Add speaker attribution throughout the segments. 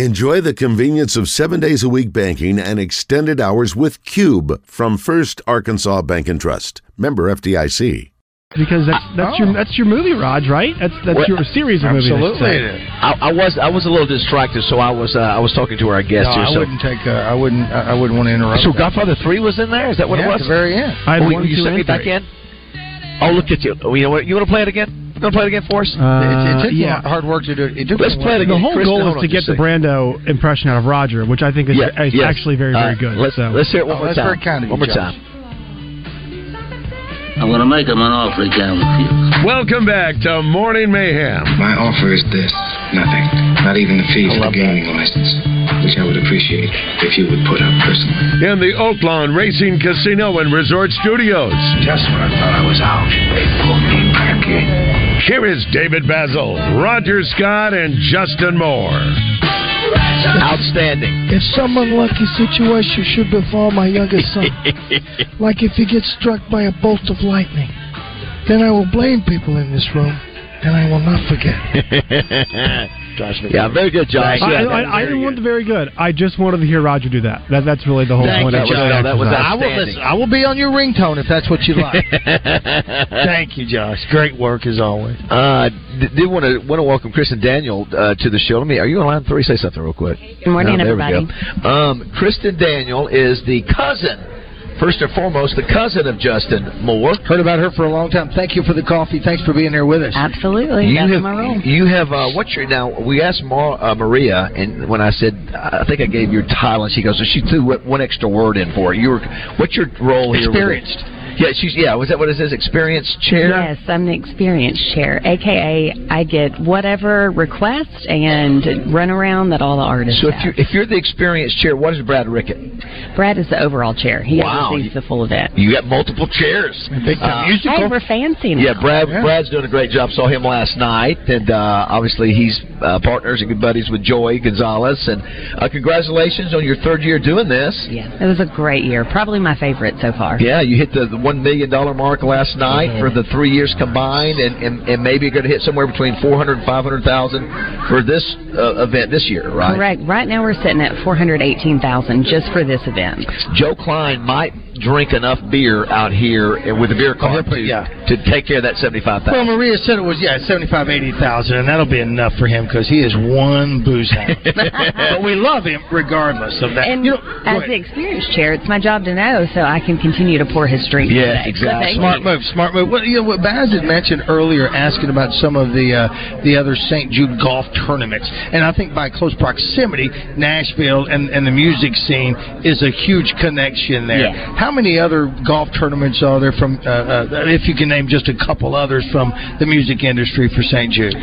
Speaker 1: Enjoy the convenience of seven days a week banking and extended hours with Cube from First Arkansas Bank and Trust. Member FDIC.
Speaker 2: Because that's that's your that's your movie, Raj, right? That's that's
Speaker 3: Well,
Speaker 2: your series of movies.
Speaker 3: absolutely it is.
Speaker 4: I, I was I was a little distracted, so I was uh, I was talking to our guest
Speaker 3: no,
Speaker 4: here.
Speaker 3: I
Speaker 4: so
Speaker 3: wouldn't take. Uh, I wouldn't. I I wouldn't want to interrupt.
Speaker 4: so
Speaker 3: that.
Speaker 4: Godfather Three was in there. Is that what
Speaker 3: yeah,
Speaker 4: it was?
Speaker 3: at the very end.
Speaker 2: I had
Speaker 4: Oh,
Speaker 2: one,
Speaker 4: you
Speaker 2: two,
Speaker 4: sent me
Speaker 2: and
Speaker 4: back
Speaker 2: three.
Speaker 4: in. Oh, look at you. Oh, You know what? You want to play it again? You want to play it again for us?
Speaker 3: it, it
Speaker 2: Uh,
Speaker 3: took me
Speaker 2: yeah.
Speaker 3: hard work to do it. It took
Speaker 4: Let's
Speaker 3: me a
Speaker 4: play
Speaker 3: while.
Speaker 4: it again.
Speaker 2: The whole
Speaker 4: Kristen,
Speaker 2: goal
Speaker 4: hold
Speaker 2: is
Speaker 4: on
Speaker 2: to get
Speaker 4: just
Speaker 2: the
Speaker 4: a second.
Speaker 2: Brando impression out of Roger, which I think is,
Speaker 4: Yeah,
Speaker 2: is
Speaker 4: yes.
Speaker 2: actually very,
Speaker 4: All
Speaker 2: very
Speaker 4: right,
Speaker 2: good.
Speaker 4: Let's,
Speaker 2: so.
Speaker 4: let's hear it one
Speaker 3: Oh,
Speaker 4: more
Speaker 3: that's
Speaker 4: time.
Speaker 3: very kind of
Speaker 4: one
Speaker 3: you,
Speaker 4: more
Speaker 3: Josh.
Speaker 4: time.
Speaker 5: I'm gonna make him an offer he can't refuse.
Speaker 1: Welcome back to Morning Mayhem.
Speaker 6: My offer is this nothing. Not even the fee for the gaming license, which I would appreciate if you would put up personally.
Speaker 1: In the Oaklawn Racing Casino and Resort Studios,
Speaker 6: Just when I thought I was out, they pulled me back in.
Speaker 1: here is David Basil, Roger Scott, and Justin Moore.
Speaker 4: Outstanding.
Speaker 7: If some unlucky situation should befall my youngest son, like if he gets struck by a bolt of lightning, then I will blame people in this room, and I will not forget.
Speaker 4: yeah, very good, Josh.
Speaker 2: I,
Speaker 4: Yeah,
Speaker 2: I,
Speaker 4: that was
Speaker 2: I
Speaker 4: very
Speaker 2: didn't
Speaker 4: good.
Speaker 2: want the very good. I just wanted to hear Roger do that. that that's really
Speaker 3: Oh,
Speaker 2: the whole
Speaker 4: Thank
Speaker 2: point.
Speaker 4: you,
Speaker 2: of
Speaker 4: Joe.
Speaker 2: that
Speaker 4: That was
Speaker 2: exercise.
Speaker 3: I will,
Speaker 4: Outstanding.
Speaker 3: listen, I will be on your ringtone if that's what you like. Thank you, Josh. Great work as always.
Speaker 4: Uh, d- do want to want to welcome Chris and Daniel uh, to the show. Let me. Are you on line three? Say something real quick.
Speaker 8: Good morning,
Speaker 4: No, there
Speaker 8: everybody.
Speaker 4: We go. Um, Kristen Daniel is the cousin, first and foremost, the cousin of Justin Moore.
Speaker 3: Heard about her for a long time. Thank you for the coffee. Thanks for being here with us.
Speaker 8: Absolutely.
Speaker 4: You
Speaker 8: That's
Speaker 4: have,
Speaker 8: my role.
Speaker 4: you have uh, what's your now? We asked Ma, uh, Maria, and when I said I think I gave your title, and she goes, so she threw what- one extra word in for it. You were, what's your role here? with it?
Speaker 3: Experienced.
Speaker 4: Yeah, she's yeah. Was that what it says? Experienced chair.
Speaker 8: Yes, I'm the experience chair, aka I get whatever request and run around that all the artists
Speaker 4: So if
Speaker 8: have.
Speaker 4: you if you're the experienced chair, what is Brad Rickett?
Speaker 8: Brad is the overall chair. He
Speaker 4: Wow.
Speaker 8: oversees the full event.
Speaker 4: You got multiple chairs.
Speaker 3: Big time
Speaker 4: Uh,
Speaker 8: Hey,
Speaker 3: musical.
Speaker 8: we're fancy now.
Speaker 4: Yeah, Brad.
Speaker 3: Yeah.
Speaker 4: Brad's doing a great job. Saw him last night, and uh, obviously he's uh, partners and good buddies with Joy Gonzalez. And uh, congratulations on your third year doing this.
Speaker 8: Yeah, it was a great year. Probably my favorite so far.
Speaker 4: Yeah, you hit the, the one million dollar mark last night for the three years combined, and, and, and maybe you're going to hit somewhere between four hundred and five hundred thousand for this uh, event this year, right?
Speaker 8: Correct. Right now we're sitting at 418,000 just for this event.
Speaker 4: Joe Klein might drink enough beer out here and with the beer cart to,
Speaker 3: yeah.
Speaker 4: to take care of that seventy five
Speaker 3: Well,
Speaker 4: thousand.
Speaker 3: Maria said it was yeah, seventy-five, eighty thousand, and that'll be enough for him because he is one booze hound. but we love him regardless of that.
Speaker 8: And
Speaker 3: You know, go ahead.
Speaker 8: as the experience chair, it's my job to know so I can continue to pour his drinks.
Speaker 4: Yes,
Speaker 8: today. So
Speaker 4: exactly.
Speaker 8: thank
Speaker 3: Smart
Speaker 8: you.
Speaker 3: move, smart move. Well, you know what Baz had mentioned earlier, asking about some of the uh, the other St. Jude golf tournaments, and I think by close proximity, Nashville and, and the music scene is a huge connection there.
Speaker 8: Yeah.
Speaker 3: How many other golf tournaments are there from? Uh, uh, if you can name just a couple others from the music industry for St. Jude.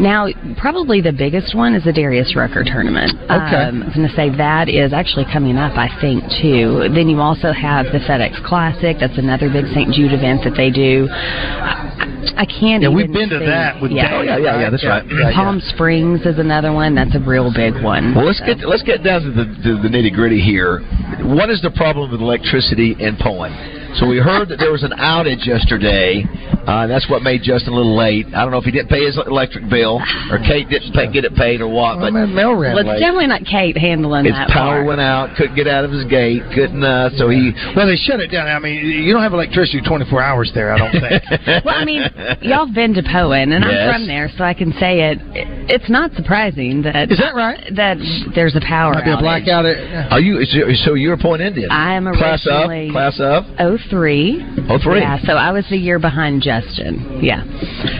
Speaker 8: Now, probably the biggest one is the Darius Rucker tournament.
Speaker 3: Okay.
Speaker 8: Um, I was going to say that is actually coming up, I think, too. Then you also have the FedEx Classic. That's another big St. Jude event that they do. I, I can't.
Speaker 3: Yeah, we've been
Speaker 8: even
Speaker 3: to
Speaker 8: think-
Speaker 3: that with
Speaker 8: yeah.
Speaker 3: Dan.
Speaker 4: Oh yeah, yeah, yeah. That's right. Yeah, yeah.
Speaker 8: Palm Springs is another one. That's a real big one.
Speaker 4: Well, let's get let's get down to the, to the nitty gritty here. What is the problem with electricity in Poland? So we heard that there was an outage yesterday. Uh, that's what made Justin a little late. I don't know if he didn't pay his electric bill or Kate didn't pay, get it paid or what. But
Speaker 3: I'm at mail ran
Speaker 8: Well,
Speaker 3: late.
Speaker 8: it's definitely not Kate handling
Speaker 4: his
Speaker 8: that.
Speaker 4: power
Speaker 8: part.
Speaker 4: went out. Couldn't get out of his gate. Couldn't. Uh, so he.
Speaker 3: Well, they shut it down. I mean, you don't have electricity 24 hours there, I don't think.
Speaker 8: Well, I mean, y'all been to Poen, and
Speaker 4: Yes.
Speaker 8: I'm from there, so I can say it. It's not surprising that
Speaker 3: Is that right?
Speaker 8: that there's a power
Speaker 3: Might be a
Speaker 8: outage.
Speaker 3: blackout. At,
Speaker 4: Are you? is you- So you're a Point Indian.
Speaker 8: I am
Speaker 4: class of
Speaker 8: originally-
Speaker 4: class of
Speaker 8: Oh three.
Speaker 4: oh three.
Speaker 8: Yeah, so I was the year behind Justin. Yeah.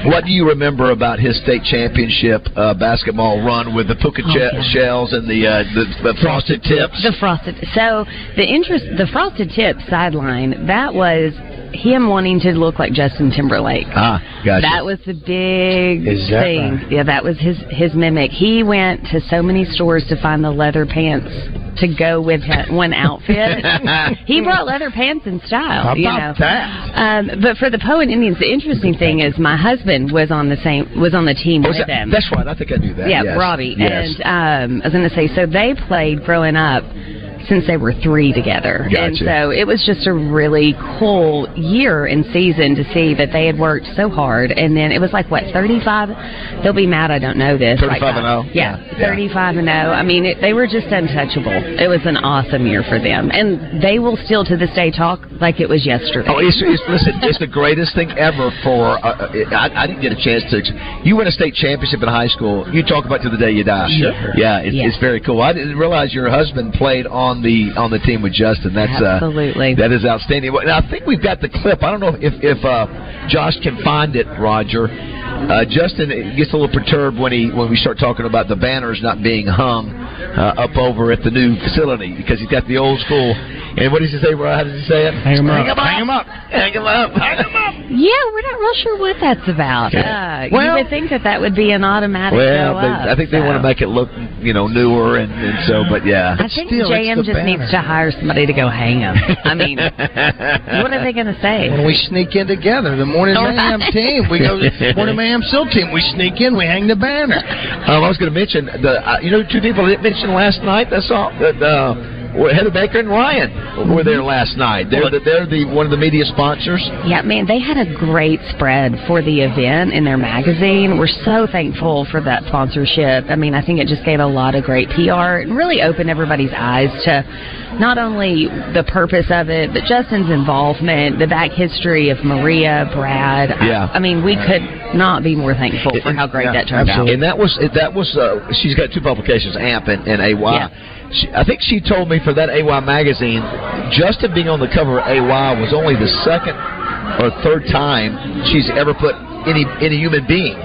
Speaker 4: What do you remember about his state championship uh, basketball run with the puka
Speaker 8: Oh,
Speaker 4: che-
Speaker 8: yeah.
Speaker 4: shells and the, uh, the, the frosted tips?
Speaker 8: The frosted so the interest the frosted tip sideline, that was him wanting to look like Justin Timberlake.
Speaker 4: Ah, gotcha.
Speaker 8: That was the big
Speaker 3: Is that
Speaker 8: thing.
Speaker 3: right?
Speaker 8: Yeah, that was his his mimic. He went to so many stores to find the leather pants to go with that one outfit. he brought leather pants in style.
Speaker 3: How
Speaker 8: you know.
Speaker 3: about that?
Speaker 8: Um, but for the Poet Indians, the interesting thing is my husband was on the same was on the team
Speaker 4: Oh, is
Speaker 8: with
Speaker 4: that-
Speaker 8: them.
Speaker 4: That's right. I think I knew that.
Speaker 8: Yeah,
Speaker 4: yes.
Speaker 8: Robbie.
Speaker 4: Yes.
Speaker 8: And um, I was going to say, so they played growing up since they were three together. And
Speaker 9: Gotcha.
Speaker 8: so it was just a really cool year and season to see that they had worked so hard. And then it was like, what, 35? They'll be mad I don't know this.
Speaker 4: 35
Speaker 8: Like,
Speaker 4: and 0?
Speaker 8: Yeah,
Speaker 4: Yeah.
Speaker 8: 35 and 0. I mean, it, they were just untouchable. It was an awesome year for them. And they will still to this day talk like it was yesterday.
Speaker 4: Oh, it's, it's listen, it's the greatest thing ever for. Uh, I, I didn't get a chance to. ex- You win a state championship in high school. You talk about to the day you die.
Speaker 8: Sure.
Speaker 4: Yeah, it's,
Speaker 8: Yeah.
Speaker 4: it's very cool. I didn't realize your husband played on the on the team with Justin. That's
Speaker 8: Absolutely.
Speaker 4: Uh, that is outstanding. Well, Now, I think we've got the clip. I don't know if if uh, Josh can find it, Roger. Uh, Justin gets a little perturbed when he when we start talking about the banners not being hung uh, up over at the new facility because he's got the old school. And what does he say? Rod? How does he say it?
Speaker 2: Hang 'em up.
Speaker 4: Hang 'em up. Hang 'em up. Hang 'em up.
Speaker 8: Yeah, we're not real sure what that's about.
Speaker 4: Yeah.
Speaker 8: Uh,
Speaker 4: Well-
Speaker 8: you would think that that would be an automatic
Speaker 4: Well,
Speaker 8: show
Speaker 4: they,
Speaker 8: up,
Speaker 4: I think they
Speaker 8: so.
Speaker 4: want to make it look, you know, newer and, and so. But yeah,
Speaker 8: I think JM just needs to hire somebody to go hang him. I mean, what are they going to say?
Speaker 3: When we sneak in together, the morning
Speaker 8: All right.
Speaker 3: AM team, we go morning AM SEAL team. We sneak in, we hang the banner.
Speaker 4: Um, I was going to mention the, uh, you know, two people I didn't mention last night. That's all. That, uh, were Heather Baker and Ryan were there last night. They're the, they're the one of the media sponsors.
Speaker 8: Yeah, man, they had a great spread for the event in their magazine. We're so thankful for that sponsorship. I mean, I think it just gave a lot of great PR and really opened everybody's eyes to not only the purpose of it, but Justin's involvement, the back history of Maria, Brad.
Speaker 4: Yeah.
Speaker 8: I, I mean, we could not be more thankful for how great that turned out.
Speaker 4: And that was that was uh, she's got two publications, AMP and, and AY.
Speaker 8: Yeah.
Speaker 4: She, I think she told me for that AY magazine, Justin being on the cover of AY was only the second or third time she's ever put any any human being.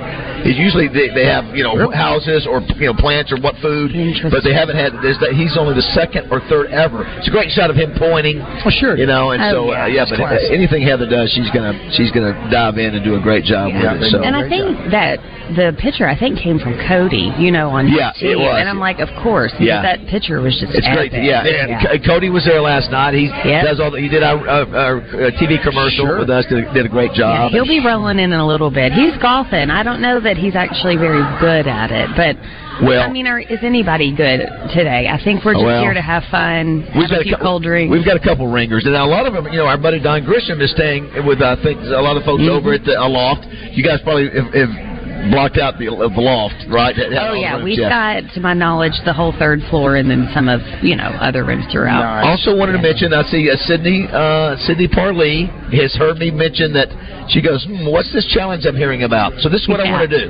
Speaker 4: It's usually they, they have you know houses or you know plants or what food, but they haven't had. There's that he's only the second or third ever. It's a great shot of him pointing.
Speaker 3: Well, sure.
Speaker 4: You know, and
Speaker 8: Oh,
Speaker 4: so
Speaker 8: yeah.
Speaker 4: uh, yeah. But
Speaker 3: Classic.
Speaker 4: anything Heather does, she's gonna she's gonna dive in and do a great job
Speaker 3: Yeah,
Speaker 4: with it.
Speaker 3: they
Speaker 4: So.
Speaker 3: know.
Speaker 8: And I
Speaker 3: Great
Speaker 8: think that the picture I think came from Cody, you know, on
Speaker 4: Yeah,
Speaker 8: YouTube.
Speaker 4: it was.
Speaker 8: And I'm like, of course, because
Speaker 4: Yeah.
Speaker 8: that picture was just
Speaker 4: It's
Speaker 8: epic.
Speaker 4: great. Yeah.
Speaker 8: yeah.
Speaker 4: And C- uh, Cody was there last night. He
Speaker 8: Yeah.
Speaker 4: does all the, he did our, our, our uh, TV commercial
Speaker 3: Sure.
Speaker 4: with us. Did, did a great
Speaker 8: Yeah,
Speaker 4: job.
Speaker 8: he'll be rolling in in a little bit. He's golfing. I don't know that he's actually very good at it, but
Speaker 4: Well-
Speaker 8: I mean, are, is anybody good today? I think we're just
Speaker 4: Well,
Speaker 8: here to have fun,
Speaker 4: We've
Speaker 8: have
Speaker 4: got,
Speaker 8: a
Speaker 4: a
Speaker 8: few
Speaker 4: couple,
Speaker 8: cold drinks.
Speaker 4: we've got a couple ringers, and a lot of them. You know, our buddy Don Grisham is staying with I think a lot of folks
Speaker 8: Mm-hmm.
Speaker 4: over at the Aloft. You guys probably have, have blocked out the, the Loft, right?
Speaker 8: Oh yeah, we've got, to my knowledge, the whole third floor, and then some of you know other rooms throughout.
Speaker 4: Also wanted to mention, I see uh, Sydney uh, Sydney Parley has heard me mention that she goes, hmm, "What's this challenge I'm hearing about?" So this is what I
Speaker 8: Yeah.
Speaker 4: want to do.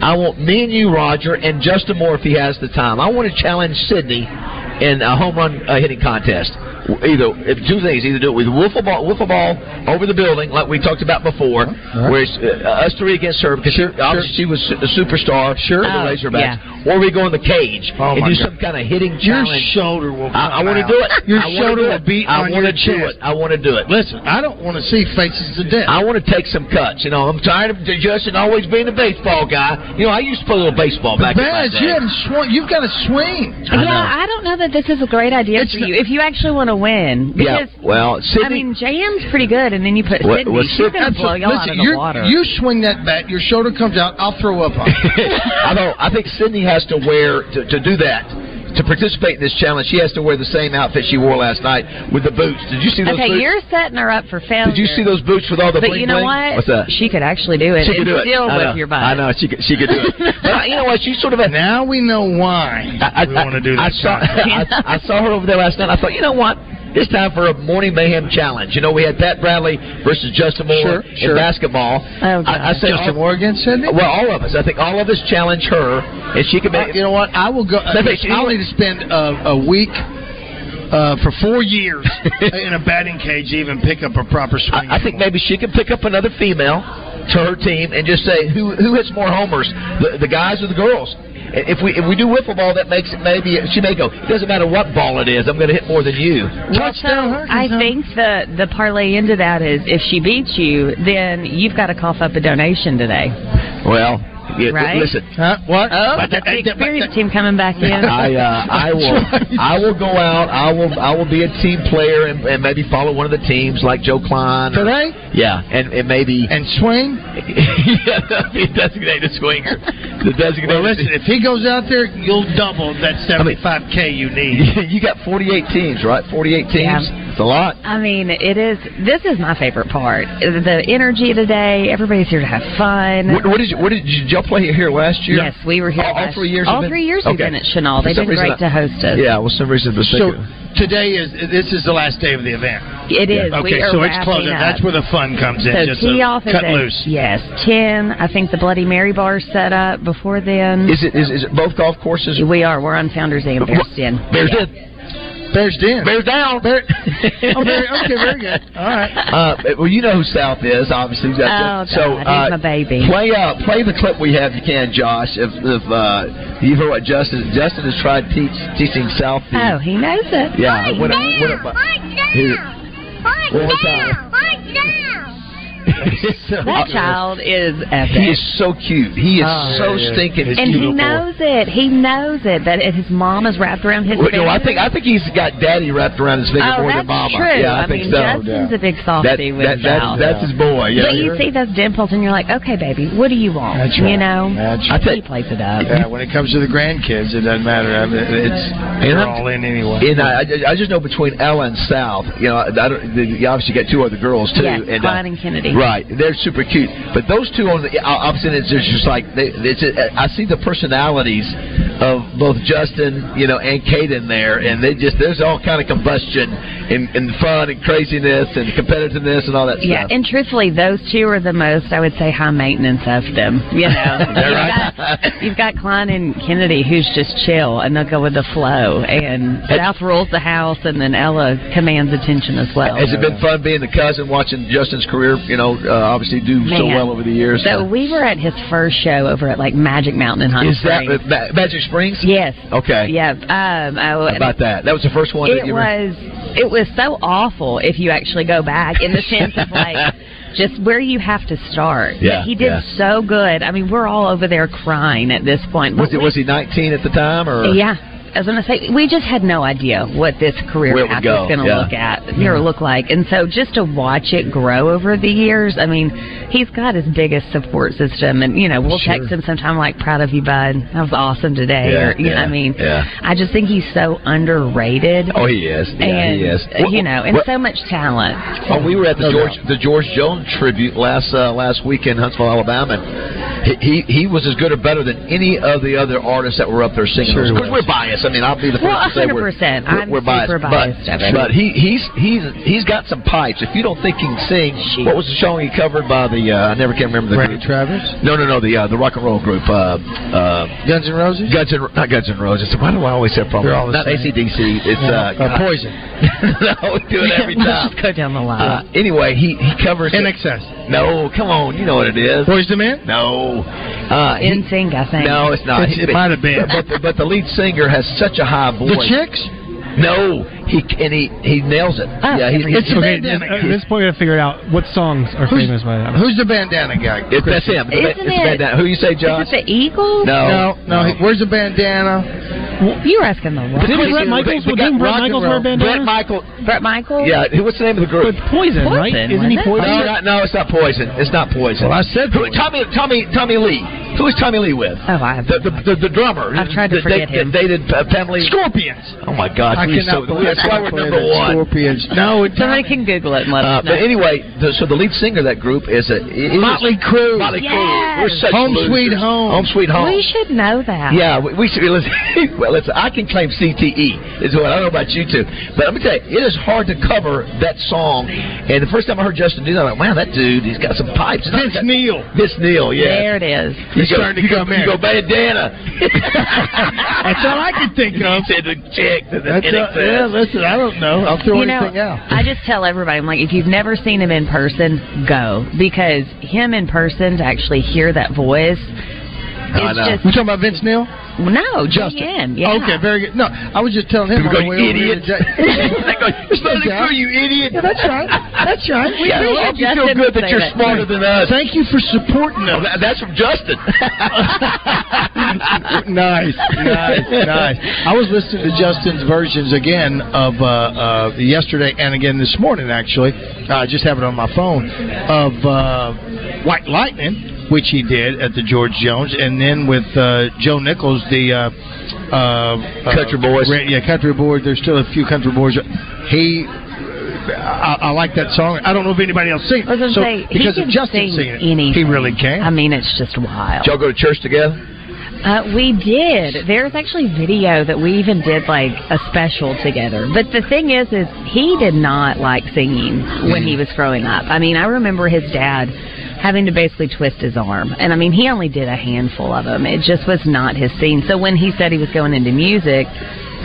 Speaker 4: I want me and you, Roger, and Justin Moore, if he has the time. I want to challenge Sydney in a home run uh, hitting contest. W- Either if two things, either do it with wiffle ball, wiffle ball over the building, like we talked about before,
Speaker 3: Uh-huh.
Speaker 4: where it's uh, us three against her because obviously she was a superstar, sure, the
Speaker 8: Oh,
Speaker 4: Razorbacks, or we go in the cage
Speaker 3: Oh,
Speaker 4: and
Speaker 3: my
Speaker 4: do
Speaker 3: God.
Speaker 4: some kind of hitting
Speaker 3: Your
Speaker 4: challenge.
Speaker 3: shoulder will.
Speaker 4: I, I
Speaker 3: come
Speaker 4: want to
Speaker 3: out.
Speaker 4: do it.
Speaker 3: Your
Speaker 4: I wanna
Speaker 3: shoulder
Speaker 4: do
Speaker 3: will
Speaker 4: it.
Speaker 3: beat
Speaker 4: I
Speaker 3: on
Speaker 4: wanna
Speaker 3: your
Speaker 4: do
Speaker 3: chest.
Speaker 4: it. I want to do it.
Speaker 3: Listen, I don't want to see faces to death.
Speaker 4: I want to take some cuts. You know, I'm tired of Justin always being the baseball guy. You know, I used to play a little baseball back in my
Speaker 3: Baz,
Speaker 4: day.
Speaker 3: you haven't swung. Oh, You've got to swing.
Speaker 4: I know.
Speaker 8: yeah, I don't know that this is a great idea
Speaker 3: It's
Speaker 8: for
Speaker 3: not-
Speaker 8: you if you actually want to win.
Speaker 4: Yeah,
Speaker 8: Because
Speaker 4: well, Sydney.
Speaker 8: I mean, JM's pretty good, and then you put
Speaker 4: What-
Speaker 8: Sydney.
Speaker 4: what
Speaker 8: She's
Speaker 4: Syd-
Speaker 8: gonna blow y'all out
Speaker 3: Listen,
Speaker 8: of the
Speaker 3: you're-
Speaker 8: water.
Speaker 3: you swing that bat, your shoulder comes out, I'll throw up on it.
Speaker 4: I don't. I think Sydney has to wear to, to do that to participate in this challenge. She has to wear the same outfit she wore last night with the boots. Did you see those
Speaker 8: okay,
Speaker 4: boots?
Speaker 8: you're setting her up for failure.
Speaker 4: Did you see those boots with all the
Speaker 8: But
Speaker 4: bling
Speaker 8: you know
Speaker 4: bling?
Speaker 8: what?
Speaker 4: What's that?
Speaker 8: She could actually do it.
Speaker 4: she could do
Speaker 8: and
Speaker 4: it.
Speaker 8: Still
Speaker 4: I
Speaker 8: whip
Speaker 4: know.
Speaker 8: your
Speaker 4: I
Speaker 8: butt.
Speaker 4: know she could. She could do it. but uh, you know what? She's sort of a
Speaker 3: now we know why
Speaker 4: I,
Speaker 3: we want to do
Speaker 4: I
Speaker 3: that.
Speaker 4: saw, I, I saw her over there last night. and I thought, you know what? It's time for a morning mayhem challenge. You know, we had Pat Bradley versus Justin Moore
Speaker 3: Sure,
Speaker 4: in
Speaker 3: sure.
Speaker 4: basketball.
Speaker 8: Oh, God.
Speaker 4: I, I said,
Speaker 3: Justin Moore against Sydney?
Speaker 4: well, all of us. I think all of us challenge her, and she can
Speaker 3: Uh,
Speaker 4: make.
Speaker 3: you know what? I will go.
Speaker 4: That makes
Speaker 3: uh, I'll
Speaker 4: anyone-
Speaker 3: need to spend a, a week uh, for four years in a batting cage to even pick up a proper swing.
Speaker 4: I, I think maybe she can pick up another female to her team and just say who who hits more homers, the, the guys or the girls. And If we if we do wiffle ball, that makes it maybe she may go. It doesn't matter what ball it is. I'm going to hit more than you.
Speaker 8: Well, so I think the the parlay into that is if she beats you, then you've got to cough up a donation today.
Speaker 4: Well, Yeah,
Speaker 8: right?
Speaker 4: Listen,
Speaker 3: what?
Speaker 8: Oh, that's the experience team coming back in.
Speaker 4: I uh, I will I will go out. I will I will be a team player and, and maybe follow one of the teams like Joe Klein. or-
Speaker 3: Today?
Speaker 4: yeah, and, and maybe
Speaker 3: and swing.
Speaker 4: yeah, that'd be a designated swinger. The designated.
Speaker 3: Well, listen, if he goes out there, you'll double that 75K you need.
Speaker 4: you got 48 teams, right? 48 teams.
Speaker 8: Yeah.
Speaker 4: It's a lot.
Speaker 8: I mean, it is. This is my favorite part. The energy today. Everybody's here to have fun.
Speaker 4: What, what did you, what did, did y'all play here last year?
Speaker 8: Yes, we were here.
Speaker 4: All, all
Speaker 8: last-
Speaker 4: three years.
Speaker 8: All
Speaker 4: you've been-
Speaker 8: three years we've
Speaker 4: Okay.
Speaker 8: been at Chenal.
Speaker 4: For
Speaker 8: They've
Speaker 4: some
Speaker 8: been
Speaker 4: reason
Speaker 8: great
Speaker 4: I-
Speaker 8: to host us.
Speaker 4: Yeah, well, some reason the
Speaker 3: So today is this is the last day of the event.
Speaker 8: It is.
Speaker 3: Okay,
Speaker 8: We are
Speaker 3: so it's
Speaker 8: wrapping
Speaker 3: closing.
Speaker 8: up.
Speaker 3: That's where the fun comes in.
Speaker 8: So
Speaker 4: uh,
Speaker 3: just
Speaker 8: tee
Speaker 3: a
Speaker 8: off is
Speaker 3: cut
Speaker 8: at-
Speaker 3: loose.
Speaker 8: Yes, ten. I think the Bloody Mary bar set up before then.
Speaker 4: Mm-hmm. Is it is, is it both golf courses?
Speaker 8: We are. We're on Founders Day in Bearsden.
Speaker 4: Bears
Speaker 8: Yeah.
Speaker 4: in.
Speaker 3: Bears Den.
Speaker 4: Bears down. Bear.
Speaker 3: Oh, very, okay, very good. All right.
Speaker 4: Uh, well, you know who South is, obviously.
Speaker 8: Oh, God,
Speaker 4: so
Speaker 8: he's
Speaker 4: uh,
Speaker 8: my baby.
Speaker 4: play uh, play the clip we have. if You can, Josh. If, if uh, you heard what Justin Justin has tried teach, teaching South. The,
Speaker 8: Oh, he knows it.
Speaker 4: yeah, what, what, what, here. One more time.
Speaker 8: That child is epic.
Speaker 4: He is so cute. He is
Speaker 3: Oh,
Speaker 4: so
Speaker 3: yeah, yeah.
Speaker 4: stinking
Speaker 3: And
Speaker 8: and
Speaker 4: cute.
Speaker 8: he knows it. He knows it that if his mom is wrapped around his
Speaker 4: Well,
Speaker 8: finger.
Speaker 4: no, I think I think he's got daddy wrapped around his finger
Speaker 8: oh,
Speaker 4: more
Speaker 8: that's
Speaker 4: than mama.
Speaker 8: true.
Speaker 4: Yeah, I, think
Speaker 8: mean,
Speaker 4: so.
Speaker 8: Justin's a big
Speaker 4: That,
Speaker 8: softy with
Speaker 4: that, that's,
Speaker 8: Val.
Speaker 4: that's his boy. Yeah.
Speaker 8: but you see those dimples, and you're like, okay, baby, what do you want?
Speaker 3: That's
Speaker 8: You
Speaker 3: right.
Speaker 8: know,
Speaker 3: That's
Speaker 4: I tell
Speaker 8: he plays it up.
Speaker 3: Yeah, when it comes to the grandkids, it doesn't matter. I mean, it's
Speaker 4: And
Speaker 3: they're
Speaker 4: I'm-
Speaker 3: all in anyway.
Speaker 4: And I, I ju- I just know between Ella and South, you know, I don't, the- you obviously got two other girls too,
Speaker 8: Yes,
Speaker 4: and uh,
Speaker 8: Klein and Kennedy.
Speaker 4: right? They're super cute, but those two on the o- opposite ends are just like they, it's a, I see the personalities of both Justin, you know, and Caden there, and they just there's all kind of combustion and, and fun and craziness and competitiveness and all that
Speaker 8: Yeah,
Speaker 4: stuff.
Speaker 8: and truthfully, those two are the most, I would say, high maintenance of them. You know,
Speaker 4: Is that
Speaker 8: You've
Speaker 4: right?
Speaker 8: got- you've got Klein and Kennedy, who's just chill, and they'll go with the flow. And South rules the house, and then Ella commands attention as well.
Speaker 4: Has it been fun being the cousin, watching Justin's career, you know, uh, obviously do so
Speaker 8: Man.
Speaker 4: well over the years?
Speaker 8: So we were at his first show over at like Magic Mountain in Hunter
Speaker 4: is that
Speaker 8: Springs.
Speaker 4: Ma- Magic Springs?
Speaker 8: yes.
Speaker 4: Okay.
Speaker 8: Yeah. Um, oh, and
Speaker 4: About that. That was the first one that
Speaker 8: it
Speaker 4: you were-
Speaker 8: was it was so awful if you actually go back in the sense of like just where you have to start. But
Speaker 4: Yeah,
Speaker 8: he did
Speaker 4: yeah.
Speaker 8: so good. I mean, we're all over there crying at this point.
Speaker 4: Was
Speaker 8: But
Speaker 4: it was he 19 at the time or
Speaker 8: we- yeah. I was going to say, we just had no idea what this career
Speaker 4: Where it would
Speaker 8: path
Speaker 4: go,
Speaker 8: was going to
Speaker 4: yeah. Mm-hmm.
Speaker 8: look at or look like, and so just to watch it grow over the years. I mean, he's got his biggest support system, and you know, we'll
Speaker 3: Sure.
Speaker 8: text him sometime like, "Proud of you, bud. That was awesome today."
Speaker 4: Yeah,
Speaker 8: or, you know,
Speaker 4: yeah,
Speaker 8: I mean,
Speaker 4: yeah.
Speaker 8: I just think he's so underrated.
Speaker 4: Oh, he is. Yeah,
Speaker 8: and
Speaker 4: he is.
Speaker 8: uh, you know, and
Speaker 4: What-
Speaker 8: so much talent.
Speaker 4: oh, we were at the
Speaker 3: No
Speaker 4: George the George Jones tribute last uh, last week in Huntsville, Alabama. And he, he he was as good or better than any of the other artists that were up there singing.
Speaker 3: Sure
Speaker 4: of course,
Speaker 3: was.
Speaker 4: we're biased. I mean, I'll be the first
Speaker 8: Well,
Speaker 4: to say we're,
Speaker 8: 100%.
Speaker 4: we're,
Speaker 8: I'm
Speaker 4: we're biased.
Speaker 8: super biased
Speaker 4: but
Speaker 8: of it.
Speaker 4: but he he's he's he's got some pipes. If you don't think he can sing,
Speaker 8: Shoot.
Speaker 4: what was the song he covered by the uh, I never can remember the
Speaker 3: Randy
Speaker 4: group.
Speaker 3: Travis,
Speaker 4: No, no, no, the uh, the rock and roll group. Uh, uh,
Speaker 3: Guns N' Roses.
Speaker 4: Guns and not Guns and Roses. Why do I always have problems?
Speaker 3: They're all the
Speaker 4: not
Speaker 3: same.
Speaker 4: ACDC. It's
Speaker 3: Yeah,
Speaker 4: uh,
Speaker 3: uh, Poison.
Speaker 4: no, we do it every
Speaker 8: Let's
Speaker 4: time.
Speaker 8: just go down the line.
Speaker 4: Uh, anyway, he he covers.
Speaker 3: In
Speaker 4: it.
Speaker 3: excess.
Speaker 4: No, come on, you know what it is.
Speaker 3: Boys the Men.
Speaker 4: No, uh, he-
Speaker 8: in sync, I think.
Speaker 4: no, it's not.
Speaker 3: It's- it might have been.
Speaker 4: But, but, but the lead singer has such a high voice.
Speaker 3: The Chicks.
Speaker 4: No, he and he he nails it.
Speaker 8: Oh,
Speaker 4: yeah, he,
Speaker 8: it's
Speaker 4: he-
Speaker 2: okay,
Speaker 3: Bandana
Speaker 2: at
Speaker 3: Kid.
Speaker 2: this point, we got to figure out what songs are
Speaker 3: Who's-
Speaker 2: famous by that.
Speaker 3: Who's the bandana guy?
Speaker 4: It's, that's him. It's,
Speaker 8: Isn't
Speaker 4: it's
Speaker 8: it-
Speaker 4: bandana. Who you say,
Speaker 8: Is
Speaker 4: Josh?
Speaker 8: it the Eagles?
Speaker 4: No,
Speaker 3: No, no. he- Where's the bandana?
Speaker 8: You were asking the wrong.
Speaker 2: Didn't
Speaker 4: Wait,
Speaker 2: Brett
Speaker 4: wait,
Speaker 2: Michaels,
Speaker 4: they got
Speaker 2: didn't Brett
Speaker 4: rock and
Speaker 2: Michaels wear a
Speaker 4: roll. Brett
Speaker 2: bandana?
Speaker 4: Michael.
Speaker 8: Brett Michaels?
Speaker 4: Yeah, who- what's the name of the group?
Speaker 2: But poison, right?
Speaker 8: Poison,
Speaker 2: Isn't he poison?
Speaker 8: wasn't it?
Speaker 4: No, not, no, it's not poison. It's not poison.
Speaker 3: Well, I said
Speaker 4: Who, Tommy, Tommy, Tommy Lee. Who is Tommy Lee with?
Speaker 8: Oh, I have
Speaker 4: the, the, the, the drummer.
Speaker 8: I've tried to
Speaker 4: that
Speaker 8: forget
Speaker 4: they,
Speaker 8: him.
Speaker 4: They did uh, Pamela.
Speaker 3: Scorpions.
Speaker 4: Oh my God!
Speaker 3: I
Speaker 4: we're so-
Speaker 3: cannot believe
Speaker 4: that's why we're
Speaker 3: Scorpions.
Speaker 4: number one.
Speaker 3: Scorpions. No, it's
Speaker 8: Somebody can Google it and let
Speaker 4: Uh,
Speaker 8: us know.
Speaker 4: but anyway, the, so the lead singer of that group is a it is-
Speaker 3: Motley Crue.
Speaker 4: Motley
Speaker 8: Yes.
Speaker 4: Crue. We're such
Speaker 3: Home
Speaker 4: losers.
Speaker 3: sweet home.
Speaker 4: Home sweet home.
Speaker 8: we should know that.
Speaker 4: Yeah, we, we should. Listen, well, listen, I can claim CTE is what I don't know about you two, but let me tell you, it is hard to cover that song. And the first time I heard Justin do that, I'm like, wow, that dude, he's got some pipes.
Speaker 3: Vince
Speaker 4: That-
Speaker 3: Neil.
Speaker 4: Vince Neil, Oh, yeah.
Speaker 8: There it is.
Speaker 4: You
Speaker 3: It's
Speaker 4: go,
Speaker 3: starting to
Speaker 4: you go,
Speaker 3: come
Speaker 4: you
Speaker 3: in.
Speaker 4: go bandana.
Speaker 3: That's all I could think
Speaker 4: He
Speaker 3: of.
Speaker 4: said the check. to the
Speaker 3: That's
Speaker 4: NXS.
Speaker 3: all, yeah, listen, I don't know. I'll throw
Speaker 8: you know,
Speaker 3: anything out.
Speaker 8: I just tell everybody, I'm like, if you've never seen him in person, go because him in person to actually hear that voice It's just
Speaker 3: You talking about Vince Neil?
Speaker 8: no,
Speaker 3: Justin.
Speaker 8: GM. Yeah.
Speaker 3: Okay, very good. No, I was just telling him.
Speaker 4: People go,
Speaker 3: on the way
Speaker 4: "You
Speaker 3: over here
Speaker 4: idiot."
Speaker 3: today-
Speaker 4: They go, "It's not a
Speaker 3: Yeah.
Speaker 4: crew, you idiot.
Speaker 7: Yeah, that's right. That's right.
Speaker 8: We
Speaker 4: Yeah,
Speaker 8: really
Speaker 4: I hope you
Speaker 8: had
Speaker 4: feel
Speaker 8: Justin
Speaker 4: good that
Speaker 8: say
Speaker 4: you're
Speaker 8: that.
Speaker 4: smarter than us.
Speaker 3: Thank you for supporting
Speaker 4: Oh,
Speaker 3: us.
Speaker 4: that- that's from Justin.
Speaker 3: nice, nice, nice. I was listening to Justin's versions again of uh, uh, yesterday and again this morning. Actually, I just have it on my phone of uh, White Lightning, which he did at the George Jones, and then with uh, Joe Nichols, the uh, uh,
Speaker 4: Country
Speaker 3: uh,
Speaker 4: Boys.
Speaker 3: Ra- yeah, country boys. There's still a few country boys. He. I, I like that song. I don't know if anybody else sings it.
Speaker 8: I was gonna
Speaker 3: So,
Speaker 8: say, he
Speaker 3: because of
Speaker 8: can
Speaker 3: Justin
Speaker 8: sing
Speaker 3: singing it, he
Speaker 8: anything.
Speaker 3: really can.
Speaker 8: I mean, it's just wild.
Speaker 4: Did y'all go to church together?
Speaker 8: Uh, we did. There's actually video that we even did like a special together. But the thing is, is he did not like singing when
Speaker 4: Mm.
Speaker 8: he was growing up. I mean, I remember his dad having to basically twist his arm, and I mean, he only did a handful of them. It just was not his scene. So when he said he was going into music,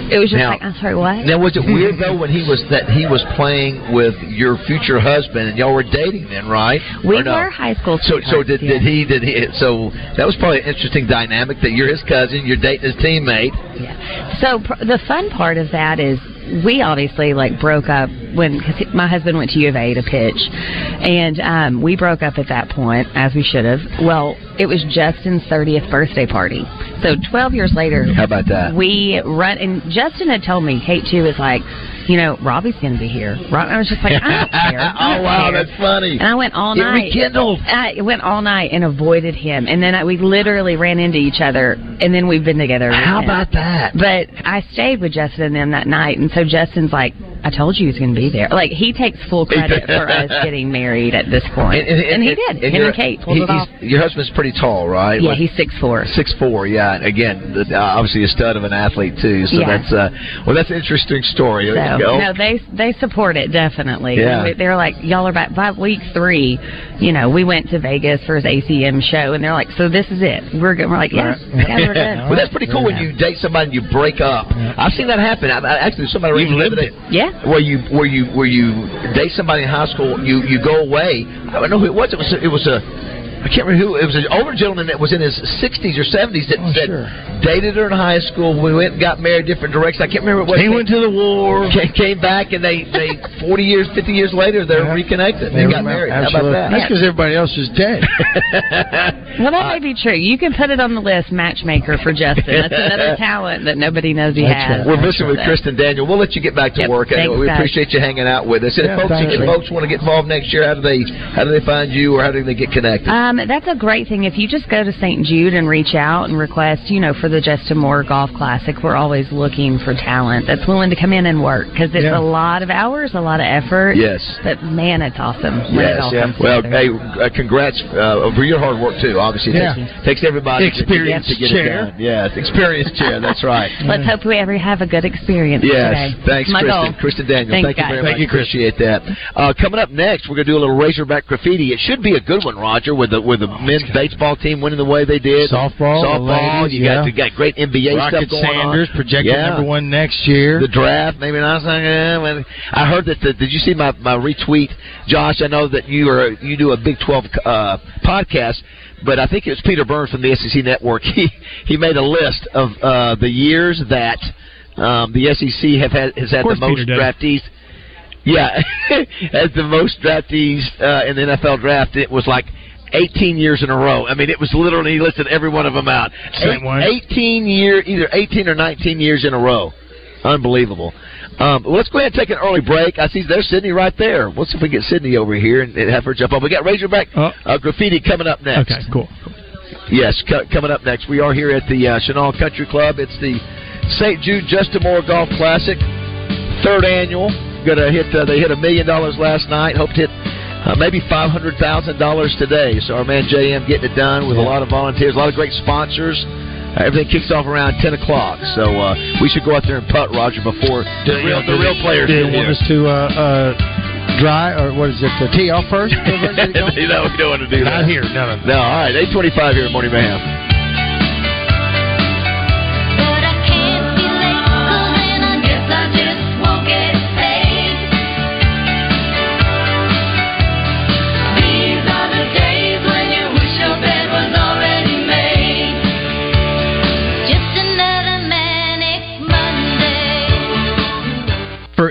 Speaker 8: it was just
Speaker 4: Now-
Speaker 8: like, I'm sorry, what?
Speaker 4: Now, was it weird though when he was that he was playing with your future husband and y'all were dating then, right?
Speaker 8: we
Speaker 4: Or no?
Speaker 8: were high school.
Speaker 4: So, so
Speaker 8: sweethearts,
Speaker 4: did,
Speaker 8: yeah.
Speaker 4: did he? Did he? So that was probably an interesting dynamic that you're his cousin, you're dating his teammate.
Speaker 8: Yeah. So pr- the fun part of that is we obviously like broke up when cause he- my husband went to U of A to pitch, and um, we broke up at that point as we should have. Well, it was Justin's thirtieth birthday party, so twelve years later.
Speaker 4: How about that?
Speaker 8: We run and Justin had told me Kate too is like, you know, Robbie's gonna be here. Rob, I was just like, I don't care. I
Speaker 4: oh
Speaker 8: don't
Speaker 4: wow,
Speaker 8: care.
Speaker 4: that's funny.
Speaker 8: And I went all
Speaker 4: It
Speaker 8: night.
Speaker 4: rekindled.
Speaker 8: I went all night and avoided him, and then I, we literally ran into each other, and then we've been together. ever
Speaker 4: How
Speaker 8: since.
Speaker 4: about that?
Speaker 8: But I stayed with Justin and them that night, and so Justin's like, "I told you he was going to be there." Like he takes full credit for us getting married at this point, and, he did. him
Speaker 4: your-
Speaker 8: and Kate pulled
Speaker 4: he-
Speaker 8: it off.
Speaker 4: he's- Your husband's pretty tall, right?
Speaker 8: Yeah,
Speaker 4: Like
Speaker 8: he's six four.
Speaker 4: Six four, yeah. And again, th- uh, obviously a stud of an athlete too. So
Speaker 8: Yeah.
Speaker 4: that's uh, well, that's an interesting story.
Speaker 8: So
Speaker 4: There you go.
Speaker 8: no, they they support it definitely.
Speaker 4: Yeah.
Speaker 8: They're like, y'all are back by week three. You know, we went to Vegas for his ACM show, and they're like, so this is it. We're good. We're like, yes, yeah, we're good.
Speaker 4: well, that's pretty cool when you date somebody and you break up. I've seen that happen. I, I, actually, somebody
Speaker 3: You've lived
Speaker 4: it.
Speaker 8: Yeah.
Speaker 4: Where you where you where you date somebody in high school, you you go away. I don't know who it was. It was a- it was a I can't remember who. It was an older gentleman that was in his 60s or 70s that, that
Speaker 7: sure.
Speaker 4: dated her in high school. We went and got married different directions. I can't remember what
Speaker 3: He went to the war.
Speaker 4: Came, came back and they they 40 years 50 years later they're reconnected. They, got married.
Speaker 3: Absolutely.
Speaker 4: How about that?
Speaker 3: That's because everybody else is dead.
Speaker 8: Well, that may be true. You can put it on the list, matchmaker for Justin. That's another talent that nobody knows he has.
Speaker 4: We're missing with
Speaker 8: So-
Speaker 4: Kristen Daniel. We'll let you get back to
Speaker 8: Yep.
Speaker 4: work. Anyway,
Speaker 8: Thanks,
Speaker 4: we
Speaker 8: guys.
Speaker 4: appreciate you hanging out with us. And
Speaker 7: Yeah,
Speaker 4: if folks,
Speaker 7: thank
Speaker 4: if
Speaker 7: you.
Speaker 4: folks want to get involved next year, how do they how do they find you or how do they get connected?
Speaker 8: Um, that's a great thing. If you just go to St. Jude and reach out and request, you know, for the Justin Moore Golf Classic, we're always looking for talent that's willing to come in and work because it's
Speaker 7: Yeah.
Speaker 8: a lot of hours, a lot of effort.
Speaker 4: Yes.
Speaker 8: But man, it's awesome. when it
Speaker 4: Yes.
Speaker 8: all comes
Speaker 4: Well,
Speaker 8: together.
Speaker 4: hey, uh, congrats uh, for your hard work too. Obviously, it
Speaker 7: Yeah.
Speaker 4: takes, takes everybody to-
Speaker 3: Experience
Speaker 4: to get, to get
Speaker 3: chair.
Speaker 4: it done. Yeah, it's experience chair. That's right.
Speaker 8: Let's hope we ever have a good experience
Speaker 4: Yes,
Speaker 8: today.
Speaker 4: thanks,
Speaker 8: My
Speaker 4: Kristen.
Speaker 8: goal.
Speaker 4: Kristen Daniel,
Speaker 8: Thanks,
Speaker 4: thank you
Speaker 8: guys.
Speaker 4: very
Speaker 8: Thank
Speaker 4: much. Appreciate that. Uh, coming up next, we're going to do a little Razorback graffiti. It should be a good one, Roger, with the with the men's baseball team winning the way they did.
Speaker 3: Oh, Softball, the
Speaker 4: softball.
Speaker 3: ladies,
Speaker 4: you got
Speaker 3: yeah.
Speaker 4: you got great NBA
Speaker 3: Rocket
Speaker 4: stuff going
Speaker 3: Sanders
Speaker 4: on.
Speaker 3: projected
Speaker 4: Yeah.
Speaker 3: number one next year.
Speaker 4: The draft, maybe not. eh, well, I heard that. The, did you see my, my retweet, Josh? I know that you are you do a Big Twelve uh, podcast, but I think it was Peter Burns from the SEC Network. He he made a list of uh, the years that um, the SEC have had has had the
Speaker 2: course
Speaker 4: most
Speaker 2: Peter does.
Speaker 4: draftees. Yeah, as the most draftees uh, in the NFL draft, it was like 18 years in a row. I mean, it was literally he listed every one of them out.
Speaker 3: Same one.
Speaker 4: 18 year, either 18 or 19 years in a row. Unbelievable. Um, let's go ahead and take an early break. I see there's Sydney right there. Let's see if we get Sydney over here and, and have her jump on. We got Razorback
Speaker 2: Oh.
Speaker 4: uh, graffiti coming up next.
Speaker 2: Okay, cool.
Speaker 4: Yes, co- coming up next. We are here at the uh, Chenal Country Club. It's the St. Jude Justin Moore Golf Classic, third annual. Gonna hit. Uh, they hit a million dollars last night. Hope to hit uh, maybe five hundred thousand dollars today. So our man JM getting it done with a lot of volunteers, a lot of great sponsors. Uh, everything kicks off around ten o'clock. So uh, we should go out there and putt, Roger, before the real, the real players
Speaker 3: Do
Speaker 4: get
Speaker 3: you want
Speaker 4: here.
Speaker 3: us to uh, uh, dry or what is it? The tee off first?
Speaker 4: no, we don't want to do that.
Speaker 3: Not here. No, no.
Speaker 4: No, all right. Eight twenty-five here at Morning Mayhem.
Speaker 9: But I can't be late, 'cause then I guess I just won't get paid. These are the days when you wish your bed was already made.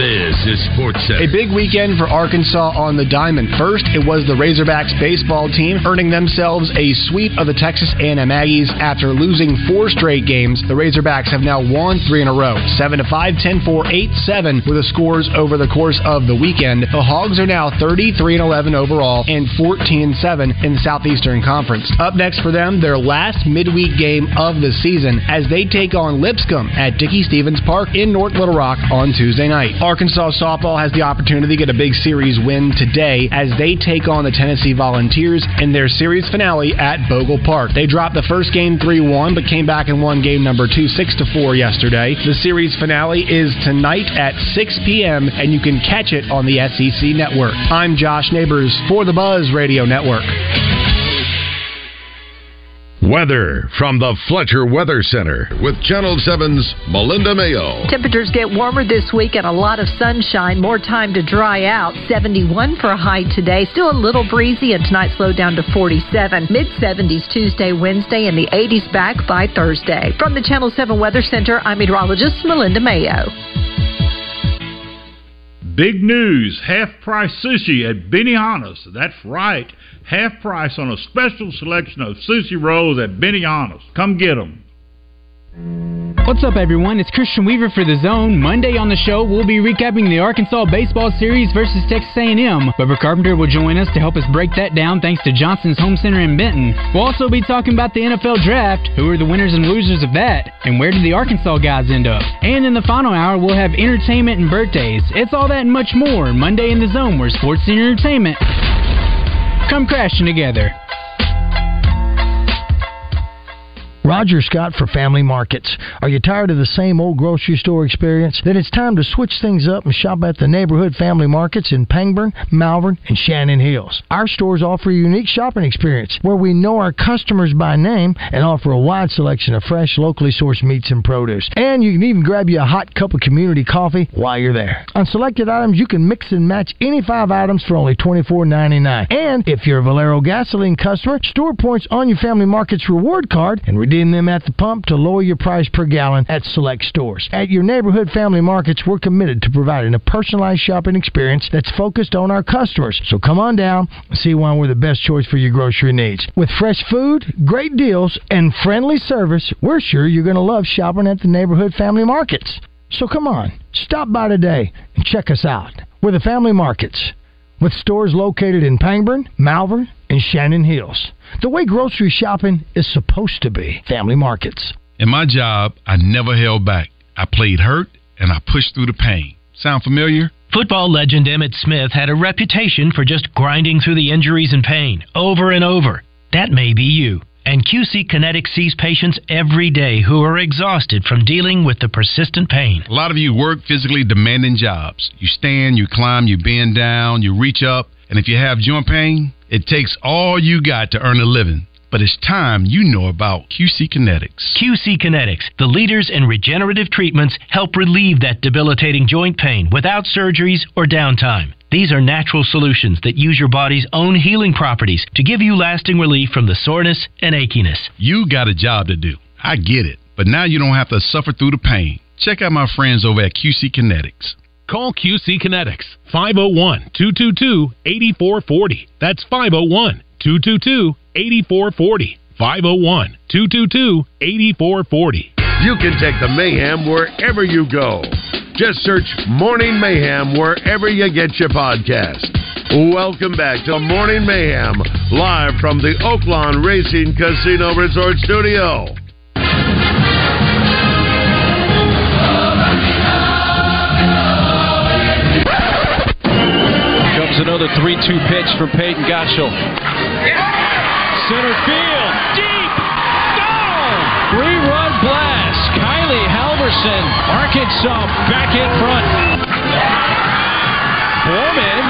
Speaker 10: This is Sports Center.
Speaker 2: A big weekend for Arkansas on the diamond. First, it was the Razorbacks baseball team earning themselves a sweep of the Texas A&M Aggies after losing four straight games. The Razorbacks have now won three in a row, 7 to 5, 10 4, 8 7 were the scores over the course of the weekend. The Hogs are now 33 and 11 overall and 14 7 in the Southeastern Conference. Up next for them, their last midweek game of the season as they take on Lipscomb at Dickey Stevens Park in North Little Rock on Tuesday night. Arkansas softball has the opportunity to get a big series win today as they take on the Tennessee Volunteers in their series finale at Bogle Park. They dropped the first game 3-1 but came back and won game number 2 6-4 yesterday. The series finale is tonight at 6 p.m. and you can catch it on the SEC network. I'm Josh Neighbors for the Buzz Radio Network.
Speaker 1: Weather from the Fletcher Weather Center with Channel 7's Melinda Mayo.
Speaker 11: Temperatures get warmer this week and a lot of sunshine. More time to dry out. 71 for a high today. Still a little breezy and tonight slowed down to 47. Mid 70s Tuesday, Wednesday, and the 80s back by Thursday. From the Channel 7 Weather Center, I'm meteorologist Melinda Mayo.
Speaker 12: Big news, half price sushi at Benihana's. That's right, half price on a special selection of sushi rolls at Benihana's. Come get 'em.
Speaker 13: What's up, everyone? It's Christian Weaver for The Zone. Monday on the show, we'll be recapping the Arkansas Baseball Series versus Texas A&M. Weber Carpenter will join us to help us break that down thanks to Johnson's Home Center in Benton. We'll also be talking about the NFL Draft, who are the winners and losers of that, and where did the Arkansas guys end up. And in the final hour, we'll have entertainment and birthdays. It's all that and much more Monday in The Zone, where sports and entertainment come crashing together.
Speaker 3: Roger Scott for Family Markets. Are you tired of the same old grocery store experience? Then it's time to switch things up and shop at the neighborhood family markets in Pangburn, Malvern, and Shannon Hills. Our stores offer a unique shopping experience where we know our customers by name and offer a wide selection of fresh, locally sourced meats and produce. And you can even grab you a hot cup of community coffee while you're there. On selected items, you can mix and match any five items for only $24.99. And if you're a Valero gasoline customer, store points on your Family Markets reward card and redeem them at the pump to lower your price per gallon at select stores. At your neighborhood Family Markets, we're committed to providing a personalized shopping experience that's focused on our customers. So come on down and see why we're the best choice for your grocery needs. With fresh food, great deals, and friendly service, we're sure you're going to love shopping at the neighborhood Family Markets. So come on, stop by today and check us out. We're the Family Markets with stores located in Pangburn, Malvern, and Shannon Hills. The way grocery shopping is supposed to be. Family Markets.
Speaker 14: In my job, I never held back. I played hurt and I pushed through the pain. Sound familiar?
Speaker 15: Football legend Emmett Smith had a reputation for just grinding through the injuries and pain over and over. That may be you. And QC Kinetic sees patients every day who are exhausted from dealing with the persistent pain.
Speaker 14: A lot of you work physically demanding jobs. You stand, you climb, you bend down, you reach up, and if you have joint pain, it takes all you got to earn a living. But it's time you know about QC Kinetics.
Speaker 15: QC Kinetics, the leaders in regenerative treatments, help relieve that debilitating joint pain without surgeries or downtime. These are natural solutions that use your body's own healing properties to give you lasting relief from the soreness and achiness.
Speaker 14: You got a job to do. I get it. But now you don't have to suffer through the pain. Check out my friends over at QC Kinetics.
Speaker 16: Call QC Kinetics 501 222 8440. oh. That's 501 222 8440. 501 222 8440.
Speaker 1: You can take the mayhem wherever you go. Just search Morning Mayhem wherever you get your podcast. Welcome back to Morning Mayhem, live from the Oaklawn Racing Casino Resort Studio.
Speaker 17: Comes another 3 2 pitch from Peyton Gottschall. Center field, deep, goal! Three run blast. Kylie Halverson, Arkansas back in front. Foreman,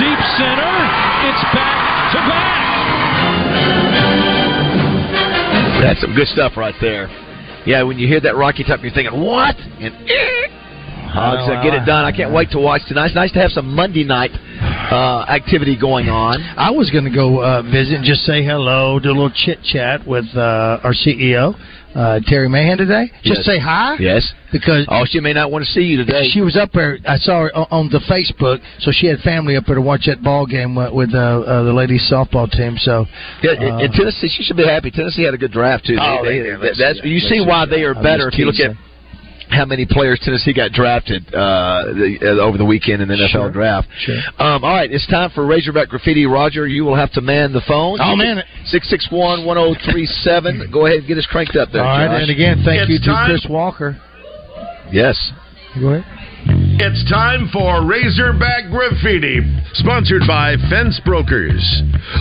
Speaker 17: deep center. It's back to back.
Speaker 4: That's some good stuff right there. Yeah, when you hear that Rocky Top, you're thinking, what? And eh, Hogs, uh, get it done. I can't wait to watch tonight. It's nice to have some Monday night uh, activity going on.
Speaker 3: I was going to go uh, visit and just say hello, do a little chit chat with uh, our CEO, uh, Terry Mahan, today. Just
Speaker 4: Yes.
Speaker 3: say hi.
Speaker 4: Yes.
Speaker 3: Because
Speaker 4: oh, she may not want to see you today.
Speaker 3: She was up there. I saw her o- on the Facebook, so she had family up there to watch that ball game with, with uh, uh, the ladies softball team. So uh,
Speaker 4: Yeah, and- and Tennessee, she should be happy. Tennessee had a good draft too.
Speaker 3: Oh,
Speaker 4: They-
Speaker 3: they did.
Speaker 4: they-
Speaker 3: Let's
Speaker 4: that's
Speaker 3: see.
Speaker 4: you
Speaker 3: Let's
Speaker 4: see
Speaker 3: see.
Speaker 4: why they are
Speaker 3: I'm
Speaker 4: better
Speaker 3: just
Speaker 4: if you look at
Speaker 3: teasing.
Speaker 4: how many players Tennessee got drafted uh, the, uh, over the weekend in the NFL draft.
Speaker 3: Sure.
Speaker 4: Um, all right, it's time for Razorback Graffiti. Roger, you will have to man the phone.
Speaker 3: I'll man it.
Speaker 4: 661 1037. Go ahead and get us cranked up there.
Speaker 3: all right,
Speaker 4: Josh.
Speaker 3: and again, thank
Speaker 4: It's
Speaker 3: you to
Speaker 4: time-
Speaker 3: Chris Walker.
Speaker 4: Yes.
Speaker 3: Go ahead.
Speaker 1: It's time for Razorback Graffiti, sponsored by Fence Brokers.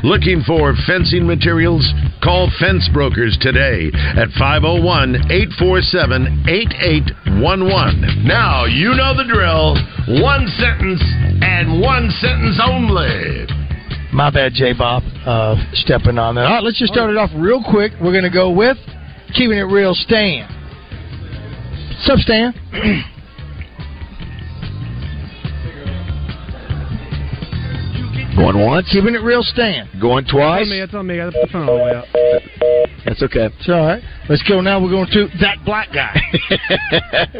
Speaker 1: Looking for fencing materials? Call Fence Brokers today at 501 847 8811. Now, you know the drill. One sentence and one sentence only.
Speaker 3: My bad, J Bob, uh, stepping on that. All right, let's just start it off real quick. We're going to go with keeping it real, Stan. What's up, Stan?
Speaker 4: Going once.
Speaker 3: Keeping it real, Stan.
Speaker 4: Going twice.
Speaker 3: It's on me. I put the phone all the way up.
Speaker 4: That's okay.
Speaker 3: Oh, It's all right. Let's go now. We're going to that black guy.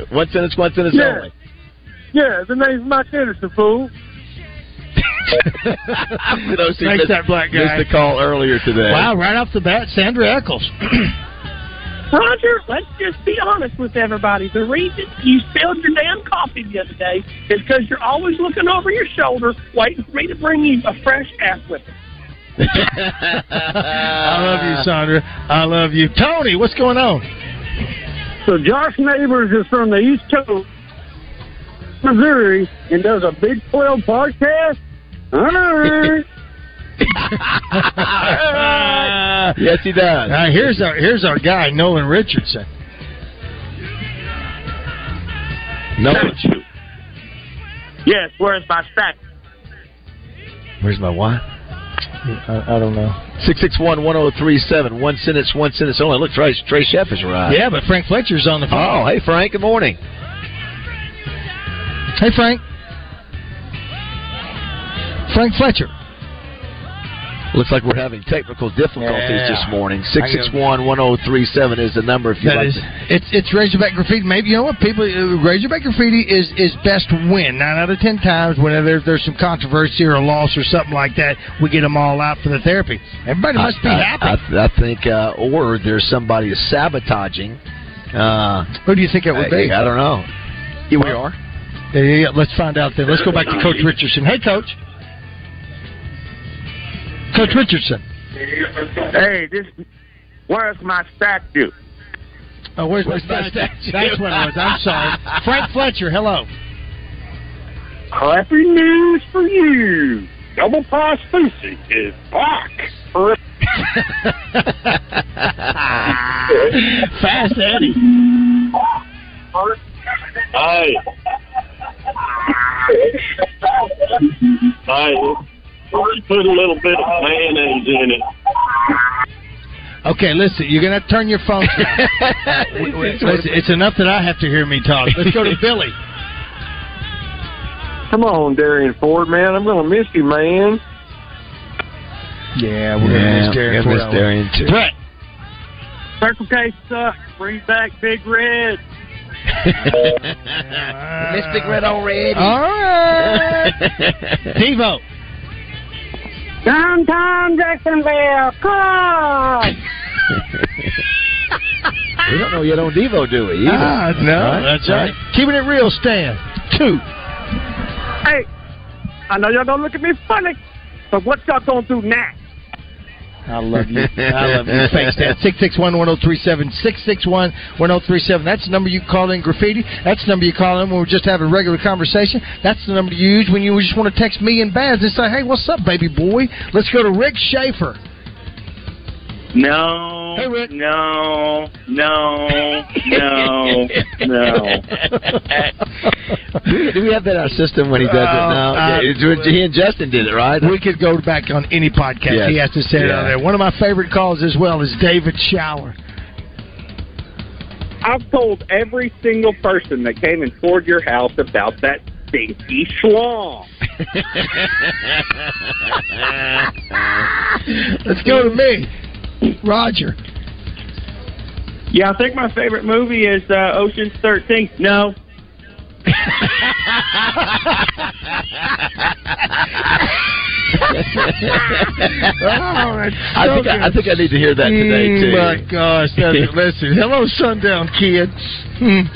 Speaker 4: one sentence, one sentence
Speaker 3: Yeah.
Speaker 4: only.
Speaker 17: Yeah, the name's Mike Anderson, fool.
Speaker 4: For those who
Speaker 3: Thanks,
Speaker 4: missed-
Speaker 3: that black
Speaker 4: Missed
Speaker 3: guy.
Speaker 4: the call earlier today.
Speaker 3: Wow, right off the bat, Sandra Eccles.
Speaker 18: Roger, let's just be honest with everybody. The reason you spilled your damn coffee the other day is because you're always looking over your shoulder, waiting for me to bring you a fresh ass whipping.
Speaker 3: I love you, Sandra. I love you. Tony, what's going on?
Speaker 17: So Josh Neighbors is from the East Coast, Missouri, and does a Big 12 podcast. Alright.
Speaker 4: yes, he does.
Speaker 3: Now, here's our here's our guy, Nolan Richardson.
Speaker 4: No.
Speaker 17: yes, where's my stack?
Speaker 4: Where's my why?
Speaker 3: I, I don't know.
Speaker 4: Six six one one zero three seven. One sentence, one sentence only. Look, Trey, Trey Chef has arrived.
Speaker 3: Yeah, but Frank Fletcher's on the phone.
Speaker 4: Uh, Oh, hey Frank. Good morning.
Speaker 3: Hey, Frank. Frank Fletcher.
Speaker 4: Looks like we're having technical difficulties
Speaker 3: Yeah.
Speaker 4: this morning. Six six one one zero three seven is the number. If you
Speaker 3: That
Speaker 4: like
Speaker 3: is-
Speaker 4: to-
Speaker 3: It's it's Razorback Graffiti. Maybe you know what people uh, Razorback Graffiti is is best win nine out of ten times. Whenever there's, there's some controversy or a loss or something like that, we get them all out for the therapy. Everybody must be
Speaker 4: I,
Speaker 3: happy.
Speaker 4: I, I think, uh, or there's somebody is sabotaging. Uh,
Speaker 3: Who do you think it would
Speaker 4: I-
Speaker 3: be?
Speaker 4: I don't know. Here we are.
Speaker 3: Yeah, yeah, yeah. Let's find out then. Let's go back to Coach Richardson. Hey, Coach. Coach Richardson.
Speaker 17: Hey, this where's my statue?
Speaker 3: Oh, where's,
Speaker 17: Where's
Speaker 3: my
Speaker 17: my
Speaker 3: statue?
Speaker 17: statue?
Speaker 3: That's what it was. I'm sorry. Frank Fletcher. Hello.
Speaker 17: Happy news for you. Double pie Susie is back.
Speaker 3: Fast Eddie.
Speaker 17: Hey. Hey. Put a little bit of mayonnaise in it.
Speaker 3: Okay, listen. You're gonna have to turn your phone. down. Wait, wait, listen, it's enough that I have to hear me talk. Let's go to Billy.
Speaker 17: Come on, Darian Ford, man. I'm gonna miss you, man.
Speaker 3: Yeah, we're gonna miss Darren. for that one. Brett.
Speaker 17: Circle K sucks. Bring back Big Red.
Speaker 4: Uh, Miss Big Red already.
Speaker 3: All right. Devo.
Speaker 17: Downtown Jacksonville. Come on.
Speaker 4: we don't know yet on Devo, do we? either?
Speaker 3: Ah, no,
Speaker 4: Right?
Speaker 3: that's right. Keeping it real, Stan. Two.
Speaker 17: Hey, I know y'all gonna look at me funny, but what y'all gonna do now?
Speaker 3: I love you. I love you. Thanks, Dad. 661 1037. 661 1037. That's the number you call in graffiti. That's the number you call in when we're just having a regular conversation. That's the number you use when you just want to text me and Baz and say, hey, what's up, baby boy? Let's go to Rick Schaefer.
Speaker 17: No. Hey, Rick. No. No. No. no.
Speaker 4: do, we, do we have that in our system when he does it? No.
Speaker 3: Uh,
Speaker 4: Yeah, it's- he and Justin did it, right?
Speaker 3: We could go back on any podcast.
Speaker 4: Yes.
Speaker 3: He has to say it
Speaker 4: Yeah.
Speaker 3: on there. One of my favorite calls as well is David Shower.
Speaker 19: I've told every single person that came and toured your house about that stinky schlong.
Speaker 7: Let's go to me, Roger.
Speaker 18: Yeah, I think my favorite movie is uh, Ocean's 13. No. Oh,
Speaker 4: I think I, I think I need to hear that today too.
Speaker 3: Mm, My gosh, that is, listen. Hello, sundown kid. Hmm.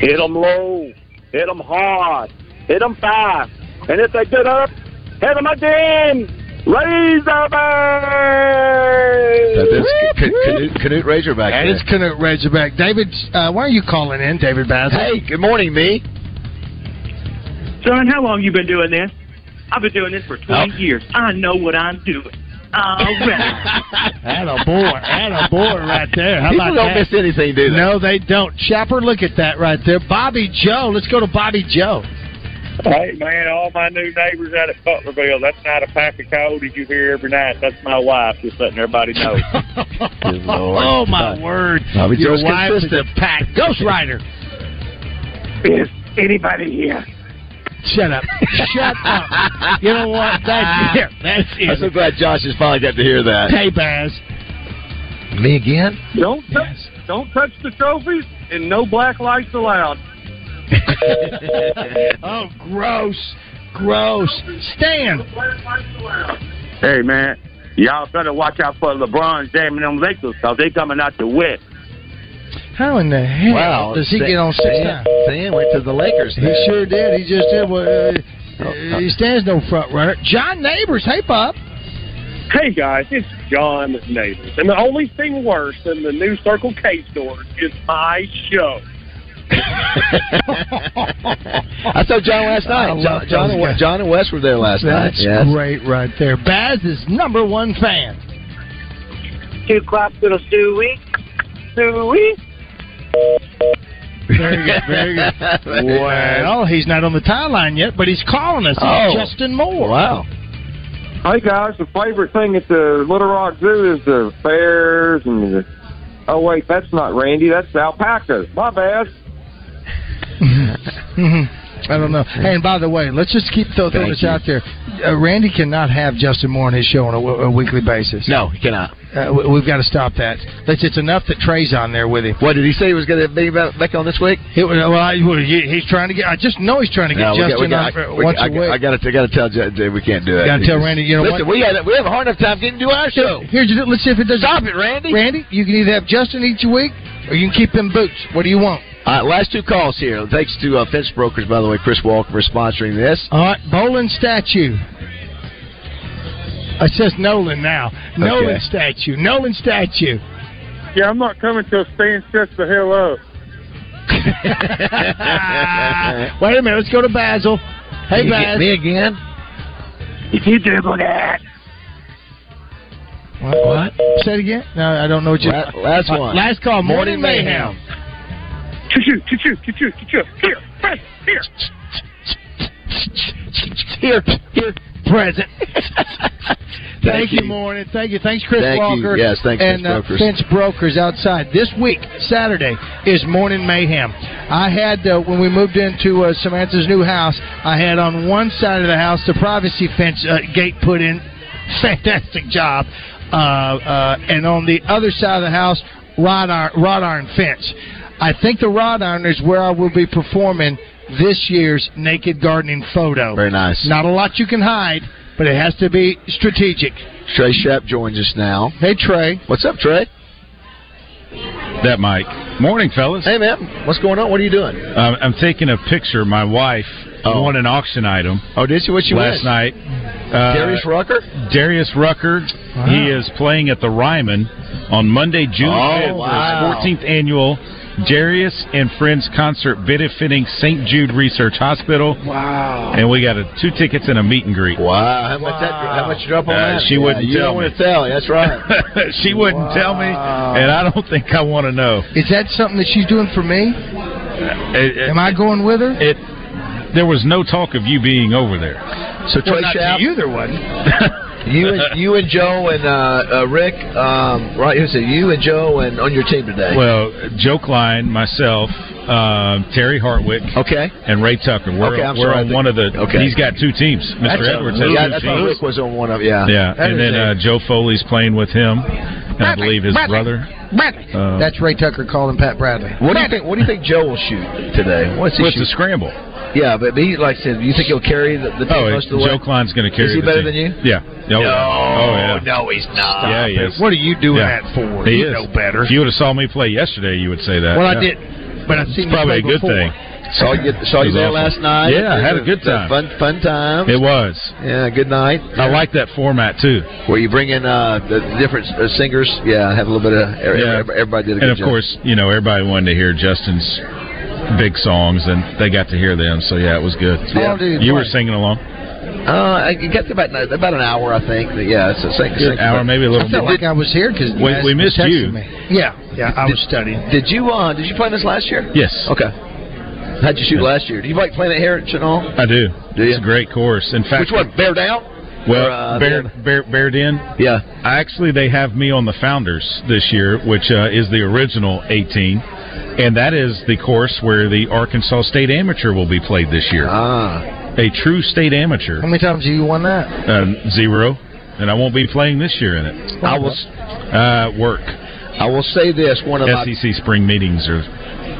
Speaker 17: Hit them low. Hit them hard. Hit them fast. And if they get up, hit them again. Raise the bird.
Speaker 4: That is Ca- Canute, Canute Razorback.
Speaker 3: That
Speaker 4: there.
Speaker 3: is Canute Razorback. David, uh, why are you calling in, David Basil?
Speaker 4: Hey, good morning, me.
Speaker 18: Son, how long you been doing this? I've been doing this for 20 years. I know what I'm doing.
Speaker 3: Oh,
Speaker 18: All right.
Speaker 3: That a boy, that a boy right there. How
Speaker 4: People
Speaker 3: about
Speaker 4: don't
Speaker 3: that?
Speaker 4: miss anything, do they?
Speaker 3: No, they don't. Chapper, look at that right there. Bobby Joe. Let's go to Bobby Joe.
Speaker 20: Hey man, all my new neighbors out at Butlerville, that's not a pack of coyotes you hear every night. That's my wife, just letting everybody know.
Speaker 3: Oh my word!
Speaker 20: Bobby
Speaker 3: Your
Speaker 20: Joe's
Speaker 3: wife is
Speaker 20: consistent.
Speaker 3: a pack Ghost Rider.
Speaker 18: Is anybody here?
Speaker 3: Shut up! Shut up! You know what? That's it. That's it.
Speaker 4: I'm so glad Josh has finally got to hear that.
Speaker 3: Hey, Baz.
Speaker 4: Me again?
Speaker 17: Don't touch, don't touch the trophies and no black lights allowed.
Speaker 3: oh, gross. Gross. Stan.
Speaker 19: Hey man, y'all better watch out for LeBron's damn them Lakers, cause they coming out the west.
Speaker 3: How in the hell
Speaker 4: Wow,
Speaker 3: does he
Speaker 4: Sa-
Speaker 3: get on six?
Speaker 4: Sam, Sam went to the Lakers. Oh,
Speaker 3: He sure did. He just did what. Uh, uh, he stands no front runner. John Neighbors. Hey, Bob.
Speaker 17: Hey guys, it's John with Neighbors, and the only thing worse than the new Circle K store is my show.
Speaker 4: I saw John last
Speaker 3: I
Speaker 4: night.
Speaker 3: love
Speaker 4: John, John,
Speaker 3: those
Speaker 4: and,
Speaker 3: guys.
Speaker 4: Wes- John and Wes were there last night.
Speaker 3: That's
Speaker 4: Yes.
Speaker 3: great right there. Baz is number one fan.
Speaker 18: Two claps, little Stewie. Stewie.
Speaker 3: Very good. Very good. well, he's not on the tie line yet, but he's calling us.
Speaker 17: Oh.
Speaker 3: He's Justin Moore.
Speaker 4: Wow.
Speaker 17: Hey guys, the favorite thing at the Little Rock Zoo is the bears and the. Oh wait, that's not Randy. That's alpacas. My bad.
Speaker 3: Mm-hmm. I don't know. Hey, and by the way, let's just keep throwing
Speaker 4: Thank
Speaker 3: this
Speaker 4: you.
Speaker 3: out there. Uh, Randy cannot have Justin Moore on his show on a, w- a weekly basis.
Speaker 4: No, he cannot.
Speaker 3: Uh, we- we've got to stop that. Let's, it's enough that Trey's on there with him.
Speaker 4: What did he say he was going to be back back on this week?
Speaker 3: He, well, I, well, he- he's trying to get. I just know he's trying to get
Speaker 4: No, we got- we
Speaker 3: Justin
Speaker 4: got-
Speaker 3: on for,
Speaker 4: we-
Speaker 3: once
Speaker 4: I,
Speaker 3: a week.
Speaker 4: I got to got to tell Jay we can't do it.
Speaker 3: Gotta tell Randy, you know
Speaker 4: Listen,
Speaker 3: what?
Speaker 4: we had a- we have a hard enough time getting to our show.
Speaker 3: Here's your, let's see if it does. Stop
Speaker 4: it, Randy.
Speaker 3: Randy, you can either have Justin each week, or you can keep them boots. What do you want?
Speaker 4: All right, last two calls here. Thanks to uh, Fence Brokers, by the way, Chris Walker for sponsoring this.
Speaker 3: All right, Bolin statue. It says Nolan now. Nolan statue. Nolan statue.
Speaker 17: Yeah, I'm not coming till Stan shuts the hell up.
Speaker 3: Ah, Wait a minute. Let's go to Basil. Hey,
Speaker 17: Me-
Speaker 3: Basil.
Speaker 17: me
Speaker 4: again?
Speaker 3: If you dribble that. What? what? Say it again. No, I don't know what you.
Speaker 4: La- last
Speaker 3: Uh,
Speaker 4: one.
Speaker 3: last call. Morning,
Speaker 4: Morning
Speaker 3: mayhem.
Speaker 4: Mayhem.
Speaker 17: Choo-choo, choo-choo, choo-choo, choo-choo. Here, press, here.
Speaker 3: Here, here, present. Thank,
Speaker 4: Thank
Speaker 3: you,
Speaker 4: you.
Speaker 3: Morning. Thank you. Thanks, Chris
Speaker 4: Thank you.
Speaker 3: Walker.
Speaker 4: Yes, thanks,
Speaker 3: and
Speaker 4: Fence
Speaker 3: uh,
Speaker 4: Brokers.
Speaker 3: Fence Brokers outside. This week, Saturday, is Morning Mayhem. I had, uh, when we moved into uh, Samantha's new house, I had on one side of the house the privacy fence uh, gate put in. Fantastic job. Uh, uh, and on the other side of the house, rod iron, rod iron fence. I think the rod iron is where I will be performing this year's naked gardening photo. Very
Speaker 4: nice.
Speaker 3: Not a lot you can hide, but it has to be strategic.
Speaker 4: Trey Shep joins us now.
Speaker 3: Hey, Trey.
Speaker 4: What's up, Trey?
Speaker 16: That Mike. Morning, fellas.
Speaker 4: Hey, man. What's going on? What are you doing?
Speaker 16: Um, I'm taking a picture. My wife won an auction item.
Speaker 4: Oh, did she? What she
Speaker 16: last
Speaker 4: win?
Speaker 16: night? Uh,
Speaker 4: Darius Rucker?
Speaker 16: Darius Rucker.
Speaker 4: Wow.
Speaker 16: He is playing at the Ryman on Monday, June
Speaker 4: Oh,
Speaker 16: 5th,
Speaker 4: wow.
Speaker 16: for his 14th annual Darius and Friends concert benefiting St. Jude Research Hospital.
Speaker 4: Wow.
Speaker 16: And we got a, two tickets and a meet and greet.
Speaker 4: Wow. How much, that, how much you drop on
Speaker 16: Uh,
Speaker 4: that?
Speaker 16: she
Speaker 4: Yeah,
Speaker 16: wouldn't
Speaker 4: you
Speaker 16: tell
Speaker 4: don't
Speaker 16: me.
Speaker 4: want to tell. That's right.
Speaker 16: she wouldn't tell me, and I don't think I want to know.
Speaker 3: Is that something that she's doing for me?
Speaker 16: It- it-
Speaker 3: Am I going with her?
Speaker 16: It. There was no talk of you being over there.
Speaker 4: So
Speaker 3: Well, Trey not to Schaap- you, there wasn't.
Speaker 4: You and you and Joe and uh, uh, Rick, um, right? Who's it? You and Joe and on your team today.
Speaker 16: Well, Joe Klein, myself, um, Terry Hartwick,
Speaker 4: okay,
Speaker 16: and Ray Tucker. We're,
Speaker 4: Okay, I'm
Speaker 16: we're
Speaker 4: sorry, I
Speaker 16: on
Speaker 4: think-
Speaker 16: one of the.
Speaker 4: okay.
Speaker 16: He's got two teams. Mr.
Speaker 4: That's-
Speaker 16: Edwards has
Speaker 4: yeah,
Speaker 16: two
Speaker 4: that's why
Speaker 16: teams.
Speaker 4: Rick was on one of yeah.
Speaker 16: Yeah,
Speaker 4: That is
Speaker 16: and then
Speaker 4: a-
Speaker 16: uh, Joe Foley's playing with him, and I believe his brother.
Speaker 3: Bradley.
Speaker 16: Uh,
Speaker 3: That's Ray Tucker calling Pat Bradley.
Speaker 4: What do you think? What do you think Joe will shoot today? What's he
Speaker 16: With
Speaker 4: shoot?
Speaker 16: the scramble.
Speaker 4: Yeah, but he, like I said, you think he'll carry the, the team
Speaker 16: oh,
Speaker 4: most of the way?
Speaker 16: Joe Klein's going to carry.
Speaker 4: Is he
Speaker 16: the
Speaker 4: better
Speaker 16: team.
Speaker 4: than you?
Speaker 16: Yeah.
Speaker 4: No,
Speaker 16: Oh, yeah. Oh, yeah.
Speaker 4: no, he's not.
Speaker 16: yeah, he
Speaker 4: Stop it.
Speaker 16: is.
Speaker 4: What are you doing
Speaker 16: Yeah.
Speaker 4: that for?
Speaker 16: He
Speaker 4: You
Speaker 16: is.
Speaker 4: know better.
Speaker 16: If you would have saw me play yesterday, you would say that.
Speaker 4: Well, I
Speaker 16: yeah.
Speaker 4: didn't, but I've seen
Speaker 16: It's
Speaker 4: you
Speaker 16: probably
Speaker 4: play
Speaker 16: a good
Speaker 4: before.
Speaker 16: thing.
Speaker 4: Saw you, saw
Speaker 16: It
Speaker 4: you
Speaker 16: was
Speaker 4: there
Speaker 16: awesome.
Speaker 4: last night.
Speaker 16: Yeah, I had a
Speaker 4: It
Speaker 16: good
Speaker 4: was
Speaker 16: time.
Speaker 4: Fun, fun time.
Speaker 16: It was.
Speaker 4: Yeah, good night.
Speaker 16: I like that format too.
Speaker 4: Where you bring in uh, the different uh, singers. Yeah, have a little bit of.
Speaker 16: Yeah.
Speaker 4: Everybody, everybody did a
Speaker 16: and
Speaker 4: good
Speaker 16: of
Speaker 4: job.
Speaker 16: course, you know, everybody wanted to hear Justin's big songs, and they got to hear them. So yeah, it was good.
Speaker 4: How long did he play?
Speaker 16: You were singing along.
Speaker 4: Uh, it got to about about an hour, I think. But yeah, it's a second,
Speaker 16: Good hour, maybe a little
Speaker 4: I felt
Speaker 16: more.
Speaker 4: like I was here because
Speaker 16: We- we missed you.
Speaker 4: Yeah, yeah, I was studying. Did you uh, did you play this last year?
Speaker 16: Yes.
Speaker 4: Okay. How'd you shoot last year? Do you like playing at Heritage and all?
Speaker 16: I do. It's a great course. In fact,
Speaker 4: Which one? Bear down.
Speaker 16: Well,
Speaker 4: Or, uh,
Speaker 16: Bear,
Speaker 4: the-
Speaker 16: Bear, Bear Den.
Speaker 4: Yeah.
Speaker 16: I actually, they have me on the Founders this year, which uh, is the original 18, and that is the course where the Arkansas State Amateur will be played this year.
Speaker 4: Ah.
Speaker 16: A true state amateur.
Speaker 3: How many times have you won that?
Speaker 16: Um, zero, and I won't be playing this year in it.
Speaker 4: I will. s-
Speaker 16: Uh, work.
Speaker 4: I will say this: one of my-
Speaker 16: SEC spring meetings are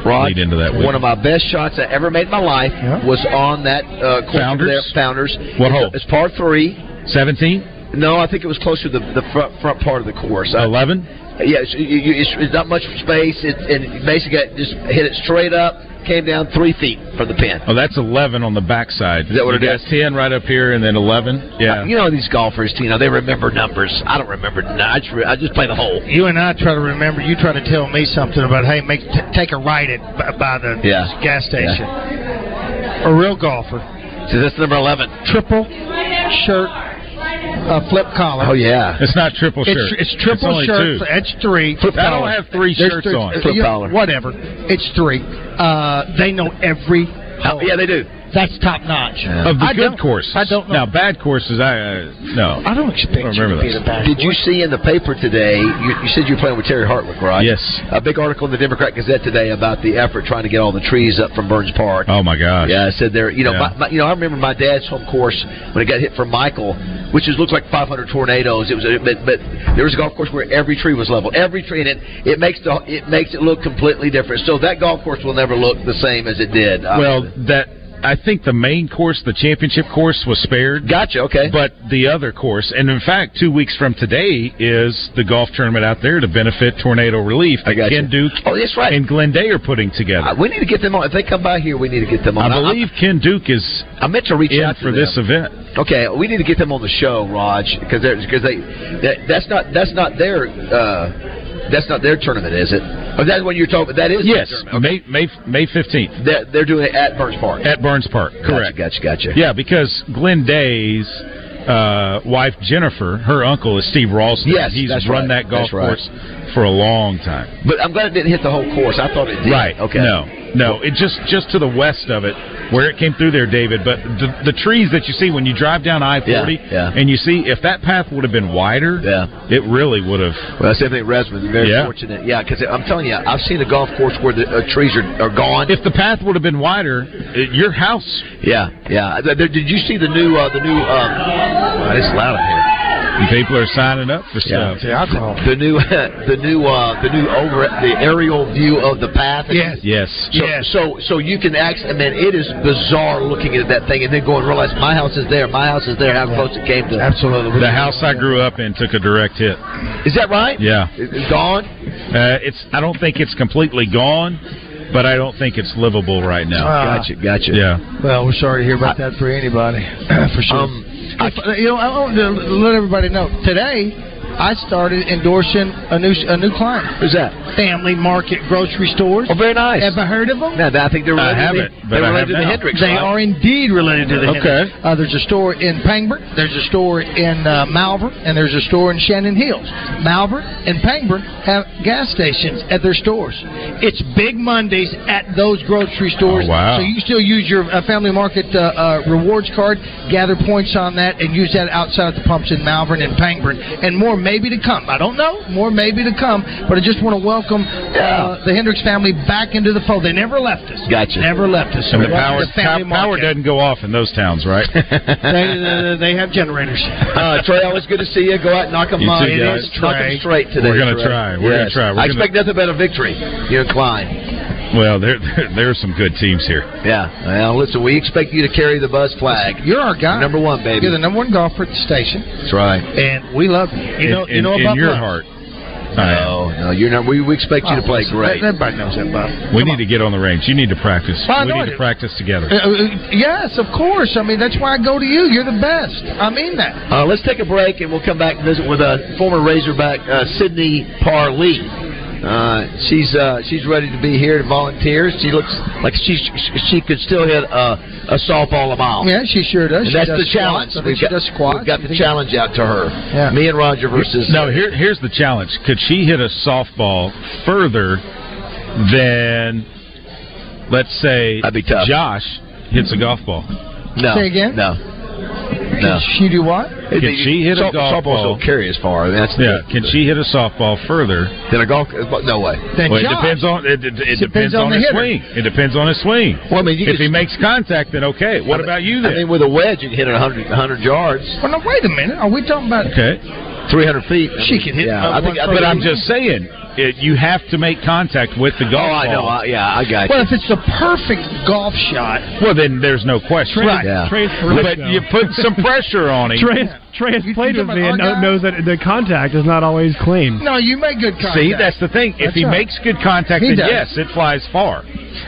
Speaker 4: Rod,
Speaker 16: lead into that.
Speaker 4: One of my best shots I ever made in my life was on that uh, course over
Speaker 16: Founders?
Speaker 4: there, Founders.
Speaker 16: What
Speaker 4: it's,
Speaker 16: hole?
Speaker 4: It's par three.
Speaker 16: Seventeen.
Speaker 4: No, I think it was closer to the, the front, front part of the course.
Speaker 16: Eleven.
Speaker 4: Yeah, it's, you, you, it's, it's not much space. It, and basically, I just hit it straight up. Came down three feet from the pin.
Speaker 16: Oh, that's eleven on the backside.
Speaker 4: Is that what
Speaker 16: You
Speaker 4: it
Speaker 16: got
Speaker 4: is?
Speaker 16: Ten right up here, and then eleven. Yeah.
Speaker 4: You know these golfers, you know they remember numbers. I don't remember. n- I just, re- I just play the hole.
Speaker 3: You and I try to remember. You try to tell me something about hey, make t- take a right at b- by the
Speaker 4: Yeah.
Speaker 3: gas station. A real golfer,
Speaker 4: So that's number eleven.
Speaker 3: triple shirt, uh, flip collar.
Speaker 4: Oh yeah.
Speaker 16: It's not triple
Speaker 3: It's,
Speaker 16: shirt.
Speaker 3: it's triple
Speaker 16: only
Speaker 3: shirt.
Speaker 16: two.
Speaker 3: That's three.
Speaker 16: Flip I don't collar. have three
Speaker 3: There's
Speaker 16: shirts
Speaker 3: three-
Speaker 16: on.
Speaker 3: uh,
Speaker 16: Flip
Speaker 3: you-
Speaker 16: collar.
Speaker 3: Whatever. It's three. Uh, they know every. Hole.
Speaker 4: Yeah, they do.
Speaker 3: That's top notch.
Speaker 16: Of the
Speaker 3: I
Speaker 16: good
Speaker 3: don't-
Speaker 16: courses.
Speaker 3: I don't know.
Speaker 16: Now, bad courses, I uh, no.
Speaker 3: I don't expect
Speaker 16: I don't remember those.
Speaker 4: Did you see in the paper today? You, you said you were playing with Terry Hartwick, right?
Speaker 16: Yes.
Speaker 4: A big article in the Democrat Gazette today about the effort trying to get all the trees up from Burns Park.
Speaker 16: Oh my gosh.
Speaker 4: Yeah, I said there. You know,
Speaker 16: Yeah.
Speaker 4: my, my, you know, I remember my dad's home course when it got hit from Michael, which is looked like 500 tornadoes. It was, a, but, but there was a golf course where every tree was leveled. Every tree, and it it makes the it makes it look completely different. So that golf course will never look the same as it did. Uh,
Speaker 16: Well, that I think the main course, the championship course, was spared.
Speaker 4: Gotcha. Okay.
Speaker 16: But the other course, and in fact, two weeks from today is the golf tournament out there to benefit tornado relief that Ken Duke
Speaker 4: Oh, that's right. Uh,
Speaker 16: and Glenn Day are putting together.
Speaker 4: we need to get them on. If they come by here, we need to get them on.
Speaker 16: I believe Ken Duke is.
Speaker 4: I meant to reach
Speaker 16: in
Speaker 4: out to
Speaker 16: for
Speaker 4: them.
Speaker 16: this event.
Speaker 4: Okay, we need to get them on the show, Raj, because because they that, that's not that's not their uh, that's not their tournament, is it? Oh, that's what you're talking. That is their
Speaker 16: Yes,
Speaker 4: tournament.
Speaker 16: May May May fifteenth.
Speaker 4: They're, they're doing it at Burns Park.
Speaker 16: At Burns Park, correct.
Speaker 4: Gotcha, gotcha.
Speaker 16: Yeah, because Glenn Day's uh, wife Jennifer, her uncle is Steve Ralston.
Speaker 4: Yes,
Speaker 16: he's
Speaker 4: that's
Speaker 16: run
Speaker 4: right,
Speaker 16: that golf
Speaker 4: that's right.
Speaker 16: course for a long time.
Speaker 4: But I'm glad it didn't hit the whole course. I thought it did.
Speaker 16: Right.
Speaker 4: Okay.
Speaker 16: No, no. It just just to the west of it, where it came through there, David. But the, the trees that you see when you drive down I forty,
Speaker 4: yeah.
Speaker 16: and you see if that path would have been wider, yeah, it really would have.
Speaker 4: Well, that's everything. Resman, very
Speaker 16: yeah.
Speaker 4: fortunate. Yeah, because I'm telling you, I've seen a golf course where the uh, trees are, are gone.
Speaker 16: If the path would have been wider, your house.
Speaker 4: Yeah, yeah. Th- there- Did you see the new uh, the new? Um, wow, it's loud in here.
Speaker 16: And people are signing up for stuff.
Speaker 4: The new, the new, uh, the new over the aerial view of the path. Yes.
Speaker 16: Yes.
Speaker 4: So, so, so you can actually, man, it is bizarre looking at that thing and then going, realize my house is there, my house is there, how close it came to. Absolutely.
Speaker 16: The house I grew up in took a direct hit.
Speaker 4: Is that right?
Speaker 16: Yeah.
Speaker 4: It- It's gone?
Speaker 16: Uh, it's. I don't think it's completely gone, but I don't think it's livable right now.
Speaker 4: Ah. Gotcha, gotcha.
Speaker 16: Yeah.
Speaker 3: Well, we're sorry to hear about that for anybody, for sure.
Speaker 4: Um,
Speaker 3: uh, you know, I want to let everybody know today. I started endorsing a new a new client.
Speaker 4: Who's that?
Speaker 3: Family Market Grocery Stores.
Speaker 4: Oh, very nice.
Speaker 3: Ever heard of them?
Speaker 4: No, I think they're
Speaker 3: I
Speaker 4: related.
Speaker 3: haven't,
Speaker 4: to-
Speaker 3: but
Speaker 4: they're
Speaker 3: I
Speaker 4: related to
Speaker 3: have
Speaker 4: the
Speaker 3: now.
Speaker 4: Hendricks.
Speaker 3: They are indeed related to the
Speaker 4: Okay.
Speaker 3: Hendricks. Uh, there's a store in Pangburn, there's a store in uh, Malvern, and there's a store in Shannon Hills. Malvern and Pangburn have gas stations at their stores. It's Big Mondays at those grocery stores.
Speaker 16: Oh, wow.
Speaker 3: So you still use your uh, Family Market uh, uh, rewards card, gather points on that, and use that outside the pumps in Malvern and Pangburn, and more maybe to come. I don't know, more maybe to come, but I just want to welcome uh, the Hendricks family back into the fold. They never left us.
Speaker 4: Gotcha.
Speaker 3: Never left us.
Speaker 16: And
Speaker 3: We
Speaker 16: the
Speaker 3: wanted
Speaker 16: power,
Speaker 3: the family
Speaker 16: pow- power
Speaker 3: market.
Speaker 16: doesn't go off in those towns, right?
Speaker 3: they, they, they have generators.
Speaker 4: Uh, Trey, always good to see you. Go out and knock them
Speaker 16: You
Speaker 4: uh,
Speaker 16: too,
Speaker 4: it
Speaker 16: guys.
Speaker 4: is knock 'em
Speaker 16: Trey.
Speaker 4: straight today.
Speaker 16: We're gonna
Speaker 4: Trey.
Speaker 16: try. We're
Speaker 4: Yes.
Speaker 16: gonna try. We're
Speaker 4: I
Speaker 16: gonna-
Speaker 4: expect nothing but a victory. You and Klein.
Speaker 16: well, there, there there are some good teams here.
Speaker 4: Yeah. Well, listen, we expect you to carry the buzz flag.
Speaker 3: You're our guy.
Speaker 4: Number one, baby.
Speaker 3: You're the number one golfer at the station,
Speaker 4: That's right.
Speaker 3: and we love you. You know, you know about love.
Speaker 16: Oh,
Speaker 4: No, no, you're not. We, we expect you to play great.
Speaker 3: Everybody knows Oh, that, Bob.
Speaker 16: We need to get on the range. You need to practice.
Speaker 3: Well, I
Speaker 16: we
Speaker 3: know I
Speaker 16: need
Speaker 3: do.
Speaker 16: to practice together.
Speaker 3: Uh, uh, yes, of course. I mean, that's why I go to you. You're the best. I mean that.
Speaker 4: Uh, let's take a break and we'll come back and visit with uh, former Razorback uh, Sydney Parlee. Uh, she's uh, she's ready to be here to volunteer. She looks like she she could still hit a, a softball a mile.
Speaker 3: Yeah, she sure does.
Speaker 4: And
Speaker 3: She
Speaker 4: that's
Speaker 3: does
Speaker 4: the challenge.
Speaker 3: squats. I think
Speaker 4: We've
Speaker 3: she
Speaker 4: got,
Speaker 3: does squats.
Speaker 4: we've got the challenge out to her.
Speaker 3: Yeah.
Speaker 4: Me and Roger versus
Speaker 16: No, here, here's the challenge. Could she hit a softball further than, let's say, Josh hits a golf ball?
Speaker 4: No.
Speaker 3: Say again?
Speaker 4: No.
Speaker 3: Can she do what?
Speaker 4: It'd
Speaker 16: Can
Speaker 4: be-
Speaker 16: she hit a
Speaker 4: soft-
Speaker 16: golf
Speaker 4: softballs
Speaker 16: ball?
Speaker 4: don't carry as far. That's the-
Speaker 16: yeah. Can she hit a softball further
Speaker 4: than a golf? No way.
Speaker 16: Well, it
Speaker 4: Josh.
Speaker 16: depends on it, it, it
Speaker 4: Depends
Speaker 16: depends
Speaker 4: on
Speaker 16: on,
Speaker 4: the
Speaker 16: his
Speaker 4: hitter.
Speaker 16: swing. It depends on his swing.
Speaker 4: Well, I mean, you
Speaker 16: if
Speaker 4: could-
Speaker 16: he makes contact, then okay. What about you then?
Speaker 4: I mean, with a wedge, you can hit it 100, 100 yards.
Speaker 3: Well, now wait a minute. Are we talking about?
Speaker 16: Okay.
Speaker 4: 300 feet.
Speaker 3: She could hit.
Speaker 4: Yeah,
Speaker 3: uh,
Speaker 4: I think-
Speaker 3: one
Speaker 4: I
Speaker 3: further
Speaker 16: But I'm
Speaker 3: than-
Speaker 16: just saying, it, you have to make contact with the golf
Speaker 4: Oh, I know.
Speaker 16: ball.
Speaker 4: I- yeah, I got
Speaker 3: Well, if it's the perfect golf shot,
Speaker 16: Well, then there's no question.
Speaker 3: Trey- Right. Yeah. Trey's correct,
Speaker 16: but
Speaker 3: though.
Speaker 16: you put some pressure on him.
Speaker 5: Trey, has- Trey has played
Speaker 3: talking
Speaker 5: with me
Speaker 3: about
Speaker 5: and
Speaker 3: our guy?
Speaker 5: knows that the contact is not always clean.
Speaker 3: no, you make good contact.
Speaker 16: See, that's the thing. if
Speaker 3: That's
Speaker 16: he
Speaker 3: right.
Speaker 16: makes good contact,
Speaker 3: He
Speaker 16: then
Speaker 3: does.
Speaker 16: yes, it flies far.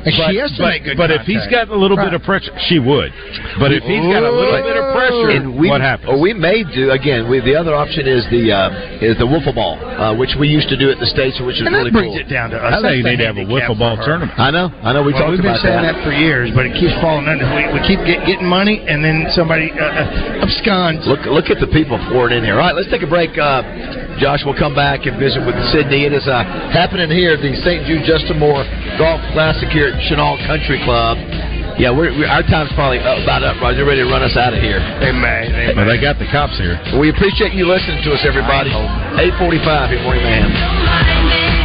Speaker 3: And she has to
Speaker 16: but,
Speaker 3: make good
Speaker 16: But if he's
Speaker 3: contact.
Speaker 16: got a little
Speaker 3: Right.
Speaker 16: bit of pressure, she would. But if he's got a little bit of pressure,
Speaker 4: And we,
Speaker 16: what happens?
Speaker 4: Or we may do again. We, the other option is the uh, is the wiffle ball, uh, which we used to do at the states, which is
Speaker 3: And that
Speaker 4: really
Speaker 3: brings
Speaker 4: cool.
Speaker 3: it down to us.
Speaker 4: I think you need
Speaker 3: That's the
Speaker 4: to have a
Speaker 3: handicap
Speaker 4: wiffle ball
Speaker 3: for her.
Speaker 4: tournament. I know. I know. We
Speaker 3: well,
Speaker 4: talked
Speaker 3: we've
Speaker 4: about
Speaker 3: been saying
Speaker 4: that.
Speaker 3: that. for years, but it keeps falling under. We, we keep get, getting money, and then somebody uh, uh, absconds.
Speaker 4: Look, look at the people pouring in here. All right, let's take a break. Uh, Josh will come back and visit with Sydney. It is uh, happening here at the St. Jude Justin Moore Golf Classic here at Chenal Country Club. Yeah, we're, we're, our time's probably about up, Roger. They're ready to run us out of here.
Speaker 3: They may. They
Speaker 16: Well, they got the cops here.
Speaker 4: We appreciate you listening to us, everybody. 845 here, Morning Man.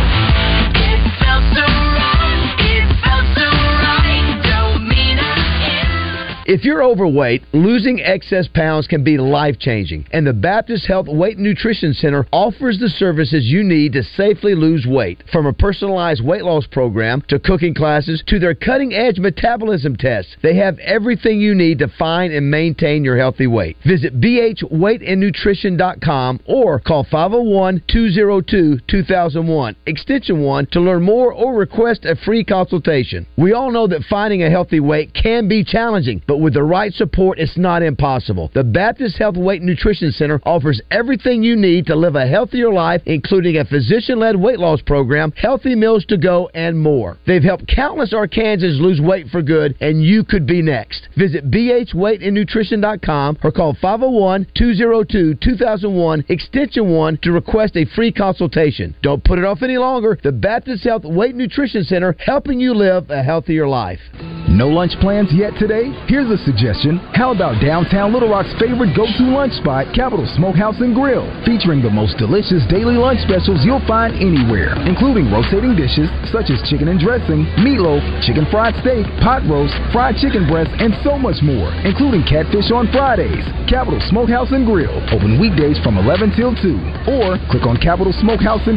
Speaker 6: If you're overweight, losing excess pounds can be life changing, and the Baptist Health Weight and Nutrition Center offers the services you need to safely lose weight from a personalized weight loss program to cooking classes to their cutting edge metabolism tests. They have everything you need to find and maintain your healthy weight. Visit bhweightandnutrition.com or call 501 202 2001, extension 1 to learn more or request a free consultation. We all know that finding a healthy weight can be challenging, but with the right support, it's not impossible. The Baptist Health Weight and Nutrition Center offers everything you need to live a healthier life, including a physician led weight loss program, healthy meals to go, and more. They've helped countless Arkansans lose weight for good, and you could be next. Visit bhweightandnutrition.com or call 501 202 2001 Extension 1 to request a free consultation. Don't put it off any longer. The Baptist Health Weight and Nutrition Center helping you live a healthier life.
Speaker 21: No lunch plans yet today? Here's a suggestion. How about downtown Little Rock's favorite go-to lunch spot, Capital Smokehouse and Grill, featuring the most delicious daily lunch specials you'll find anywhere, including rotating dishes such as chicken and dressing, meatloaf, chicken fried steak, pot roast, fried chicken breast, and so much more, including catfish on Fridays. Capital Smokehouse and Grill, open weekdays from 11 till 2, or click on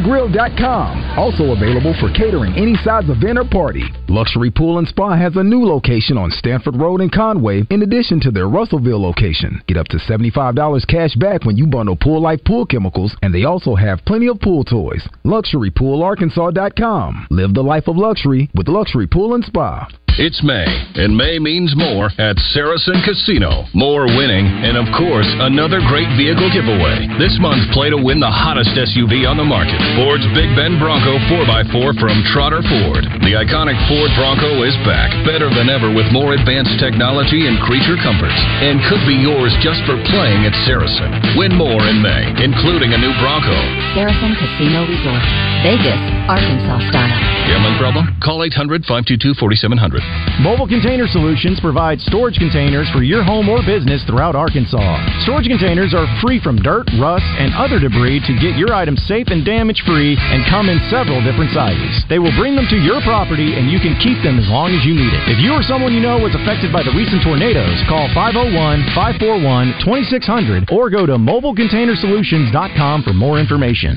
Speaker 21: capitalsmokehouseandgrill.com. Also available for catering any size event or party. Luxury Pool and Spa has a new location on Stanford Road in Conway, in addition to their Russellville location. Get up to $75 cash back when you bundle Pool Life Pool Chemicals, and they also have plenty of pool toys. LuxuryPoolArkansas.com. Live the life of luxury with Luxury Pool and Spa.
Speaker 2: It's May, and May means more at Saracen Casino. More winning, and of course, another great vehicle giveaway. This month, play to win the hottest SUV on the market Ford's Big Bend Bronco 4x4 from Trotter Ford. The iconic Ford Bronco is back, better than ever with more advanced technology and creature comforts, and could be yours just for playing at Saracen. Win more in May, including a new Bronco.
Speaker 8: Saracen Casino Resort, Vegas, Arkansas style.
Speaker 2: Gambling problem? Call 800 522 4700.
Speaker 9: Mobile Container Solutions provides storage containers for your home or business throughout Arkansas. Storage containers are free from dirt, rust, and other debris to get your items safe and damage free and come in several different sizes. They will bring them to your property and you can keep them as long as you need it. If you or someone you know was affected by the recent tornadoes, call 501 541 2600 or go to mobilecontainersolutions.com for more information.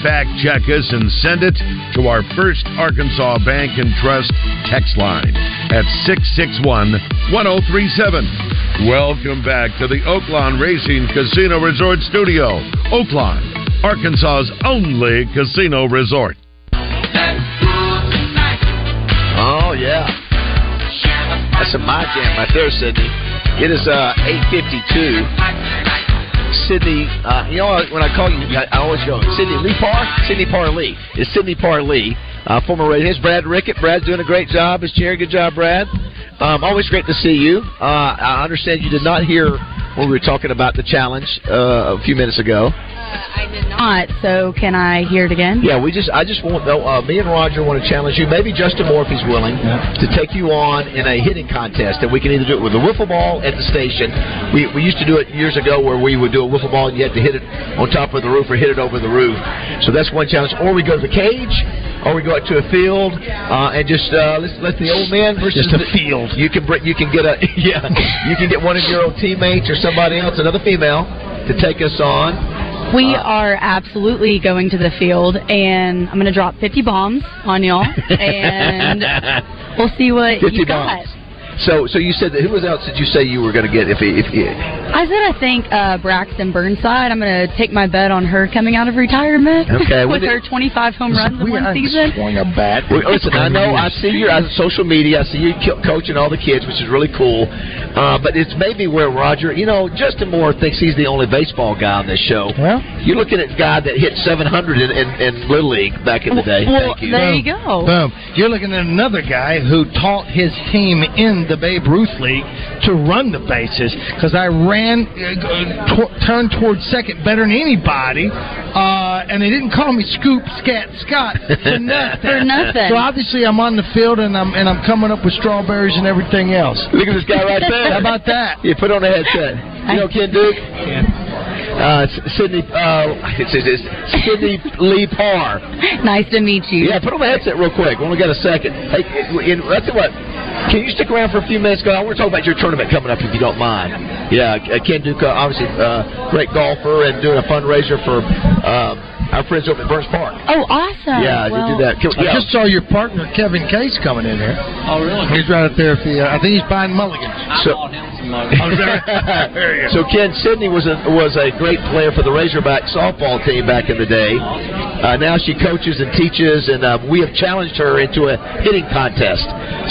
Speaker 1: fact check us and send it to our First Arkansas Bank and Trust text line at 661 1037. Welcome back to the Oaklawn Racing Casino Resort Studio, Oaklawn, Arkansas's only casino resort.
Speaker 4: Oh yeah, that's a my jam right there, Sydney. It is uh, 8:52. Sydney, uh, you know what, when I call you, I, I always go Sydney Lee Parr, Sydney Parr Lee. It's Sydney Parr Lee, uh, former radio. Here's Brad Rickett. Brad's doing a great job. It's Jerry. Good job, Brad. Um, always great to see you. Uh, I understand you did not hear when we were talking about the challenge uh, a few minutes ago.
Speaker 22: not, so can I hear it again?
Speaker 4: Yeah, we just I just want though uh, me and Roger want to challenge you, maybe Justin Moore if he's willing, to take you on in a hitting contest. And we can either do it with a wiffle ball at the station. We, we used to do it years ago where we would do a wiffle ball and you had to hit it on top of the roof or hit it over the roof. So that's one challenge. Or we go to the cage, or we go out to a field uh, and just uh, let's let the old man versus
Speaker 3: Just a
Speaker 4: the, field. You can br- you can get a yeah you can get one of your old teammates or somebody else, another female, to take us on.
Speaker 22: We are absolutely going to the field, and I'm going to drop 50 bombs on y'all, and we'll see what
Speaker 4: 50
Speaker 22: you
Speaker 4: bombs. So, so you said that who else did you say you were going to get? If, if, if
Speaker 22: got. I said I think uh, Braxton Burnside. I'm going to take my bet on her coming out of retirement
Speaker 4: Okay, we
Speaker 22: with
Speaker 4: did-
Speaker 22: her 25 home runs in one season.
Speaker 4: swung a bat. listen, I know I see you on social media. I see you co- coaching all the kids, which is really cool. Uh, but it's maybe where Roger, you know, Justin Moore thinks he's the only baseball guy on this show. Well, you're looking at a guy that hit 700 in, in, in little league back in the day. Thank you.
Speaker 3: Boom. You're looking at another guy who taught his team in the Babe Ruth League to run the bases because I ran, uh, tor- turned towards second better than anybody, uh, and they didn't call me Scoop Scat Scott for nothing.
Speaker 4: For nothing.
Speaker 3: So obviously I'm on the field and I'm and I'm coming up with strawberries and everything else.
Speaker 4: Look at this guy right there.
Speaker 3: How about that?
Speaker 4: You put on a headset. You know Ken Duke? Uh, S- Sydney, uh, it's, it's, it's Sydney Lee Parr.
Speaker 22: Nice to meet you.
Speaker 4: Yeah, put on the headset real quick. We only got a second. Hey, and that's what. Can you stick around for a few minutes? 'Cause I want to talk about your tournament coming up, if you don't mind. Yeah, uh, Ken Duke, uh, obviously, uh, great golfer and doing a fundraiser for um, our friends over at Burns Park.
Speaker 22: Oh, awesome.
Speaker 4: Yeah, you
Speaker 22: well,
Speaker 4: do that. Can- yeah.
Speaker 3: I just saw your partner Kevin Case coming in here. Oh, really? He's right up there. At the, uh, I think he's buying mulligans.
Speaker 4: So- so Ken Sydney was a, was a great player for the Razorback softball team back in the day. Uh, now she coaches and teaches, and uh, we have challenged her into a hitting contest.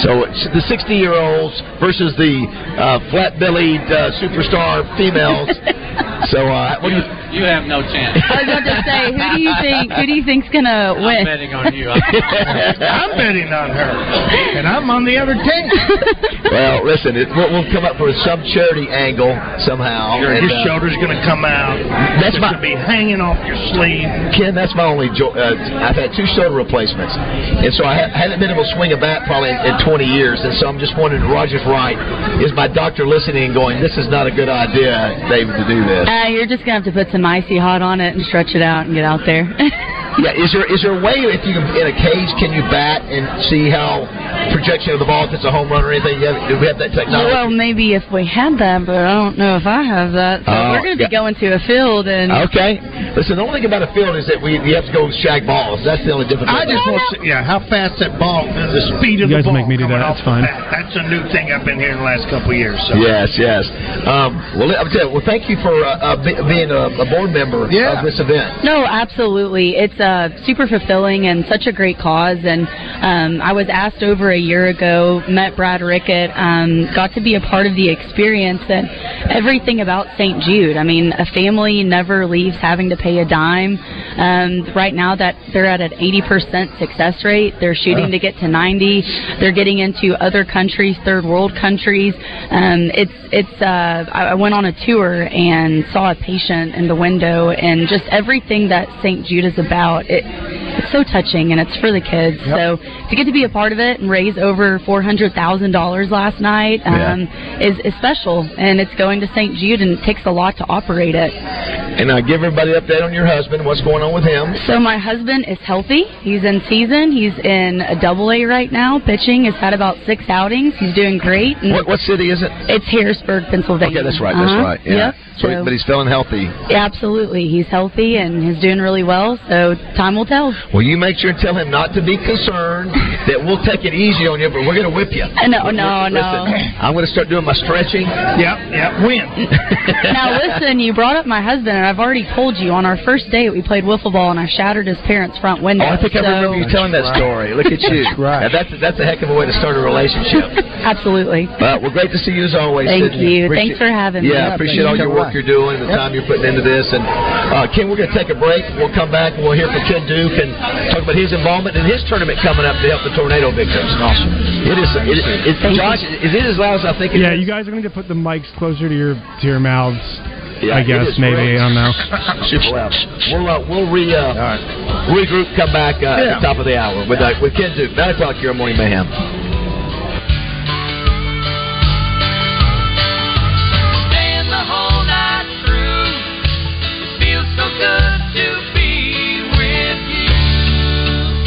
Speaker 4: So it's the 60 year olds versus the uh, flat bellied uh, superstar females. so uh, what do you?
Speaker 11: You have no chance.
Speaker 22: I was about to say, who do you think? Who do you think's gonna win? I'm
Speaker 11: betting on you.
Speaker 3: I'm betting on her, and I'm on the other team.
Speaker 4: Well, listen, it, we'll, we'll come up with some charity angle somehow.
Speaker 3: Your,
Speaker 4: and,
Speaker 3: your
Speaker 4: uh,
Speaker 3: shoulder's going to come out.
Speaker 4: That's
Speaker 3: It's
Speaker 4: my-
Speaker 3: going to be hanging off your sleeve.
Speaker 4: Ken, that's my only. Jo- uh, I've had two shoulder replacements, and so I ha- haven't been able to swing a bat probably in, in 20 years. And so I'm just wondering, Roger's right. Is my doctor listening and going, "This is not a good idea, David, to do this"?
Speaker 22: Uh, you're just gonna have to put some icy hot on it and stretch it out and get out there.
Speaker 4: Yeah. Is there is there a way if you can, in a cage can you bat and see how projection of the ball if it's a home run or anything? You have, do we have that technology?
Speaker 22: Well, maybe if we had that, but I don't know if I have that. So
Speaker 4: Oh,
Speaker 22: we're going
Speaker 4: yeah.
Speaker 22: to be going to a field, and
Speaker 4: Okay. Listen, the only thing about a field is that we you have to go shag balls. That's the only difference.
Speaker 3: I just want to see, yeah, how fast that ball, the speed
Speaker 4: You
Speaker 3: of
Speaker 4: guys
Speaker 3: the ball.
Speaker 4: make me do that.
Speaker 3: coming off
Speaker 4: That's fine.
Speaker 3: the bat. That's a new thing I've been hearing the last couple of years. So.
Speaker 4: Yes, yes. Um, well, I'm tell you, well, thank you for uh, uh, be- being a, a board member of this event.
Speaker 22: no, absolutely, it's uh, super fulfilling and such a great cause. And um, I was asked over a year ago, met Brad Rickett, um, got to be a part of the experience and everything about St. Jude. I mean, a family never leaves having to pay a dime. Um, right now, that they're at an 80% success rate. They're shooting
Speaker 12: Wow.
Speaker 22: to get to 90. They're getting into other countries, third world countries. Um, it's it's. Uh, I I went on a tour and saw a patient in the window, and just everything that St. Jude is about. It, it's so touching, and it's for the kids. So to get to be a part of it and raise over four hundred thousand dollars last night
Speaker 4: Yeah.
Speaker 22: um, is is special, and it's going to St. Jude, and it takes a lot to operate it.
Speaker 4: And uh, give everybody an update on your husband. What's going on with him?
Speaker 22: So my husband is healthy. He's in season. He's in a double A right now. Pitching has had about six outings. He's doing great. And
Speaker 4: What, what city is it?
Speaker 22: mm. It's Harrisburg, Pennsylvania.
Speaker 4: Okay, that's right. That's
Speaker 22: Uh-huh.
Speaker 4: right. Yeah.
Speaker 22: Yep.
Speaker 4: So, he-
Speaker 22: So-
Speaker 4: but he's feeling healthy.
Speaker 22: Yeah, absolutely. He's healthy and he's doing really well. So time will tell.
Speaker 4: Well, you make sure and tell him not to be concerned. that we'll take it easy on you, but we're going to whip you.
Speaker 22: Uh, no, no,
Speaker 4: Listen,
Speaker 22: no.
Speaker 4: I'm going to start doing my stretching.
Speaker 3: Yep. Yep. When?
Speaker 22: Now listen, you brought up my husband, and I've already told you on our first date we played wiffle ball, and I shattered his parents' front window.
Speaker 4: Oh, I think I
Speaker 22: so-
Speaker 4: remember you telling that story. Look at you.
Speaker 22: That's right.
Speaker 4: Now, that's that's a heck of a way to start a relationship.
Speaker 22: Absolutely.
Speaker 4: Uh, well, great to see you as always.
Speaker 22: Thank
Speaker 4: Sydney.
Speaker 22: you.
Speaker 4: Appreciate-
Speaker 22: Thanks for having me.
Speaker 4: yeah, I appreciate all your work you're doing, the time you're putting into this. And uh, Ken, we're going to take a break. We'll come back and we'll hear from Ken Duke and talk about his involvement in his tournament coming up to help the tornado victims. Awesome. It is. It, it,
Speaker 5: Thank you.
Speaker 4: Josh, is it as loud as I think?
Speaker 5: Yeah,
Speaker 4: it
Speaker 5: you
Speaker 4: is?
Speaker 5: guys are going to put the mics closer to your to your mouths.
Speaker 4: Yeah,
Speaker 5: I
Speaker 4: it
Speaker 5: guess
Speaker 4: is
Speaker 5: maybe
Speaker 4: really-
Speaker 5: I don't know.
Speaker 4: Uh, Super loud. We'll uh, we'll re uh, regroup, come back uh,
Speaker 5: Yeah.
Speaker 4: at the top of the hour with uh, with Ken Duke. Nine o'clock here on Morning Mayhem.
Speaker 12: Staying the whole night through. It feels so good to be with you.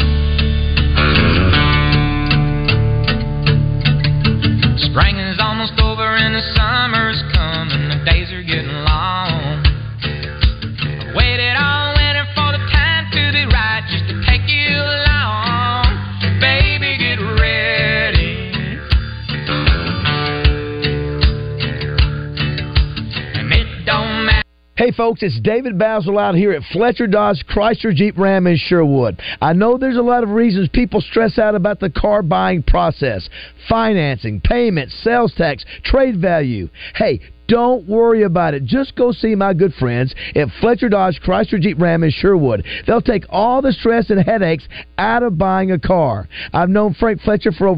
Speaker 12: Spring is almost over and the summer's coming. The days are getting long. I waited all winter for the time to be right just to take you along. Baby, get ready. And it don't matter.
Speaker 6: Hey folks, it's David Basil out here at Fletcher Dodge Chrysler Jeep Ram in Sherwood. I know there's a lot of reasons people stress out about the car buying process financing, payments, sales tax, trade value. Hey, don't worry about it. Just go see my good friends at Fletcher Dodge Chrysler Jeep Ram in Sherwood. They'll take all the stress and headaches out of buying a car. I've known Frank Fletcher for over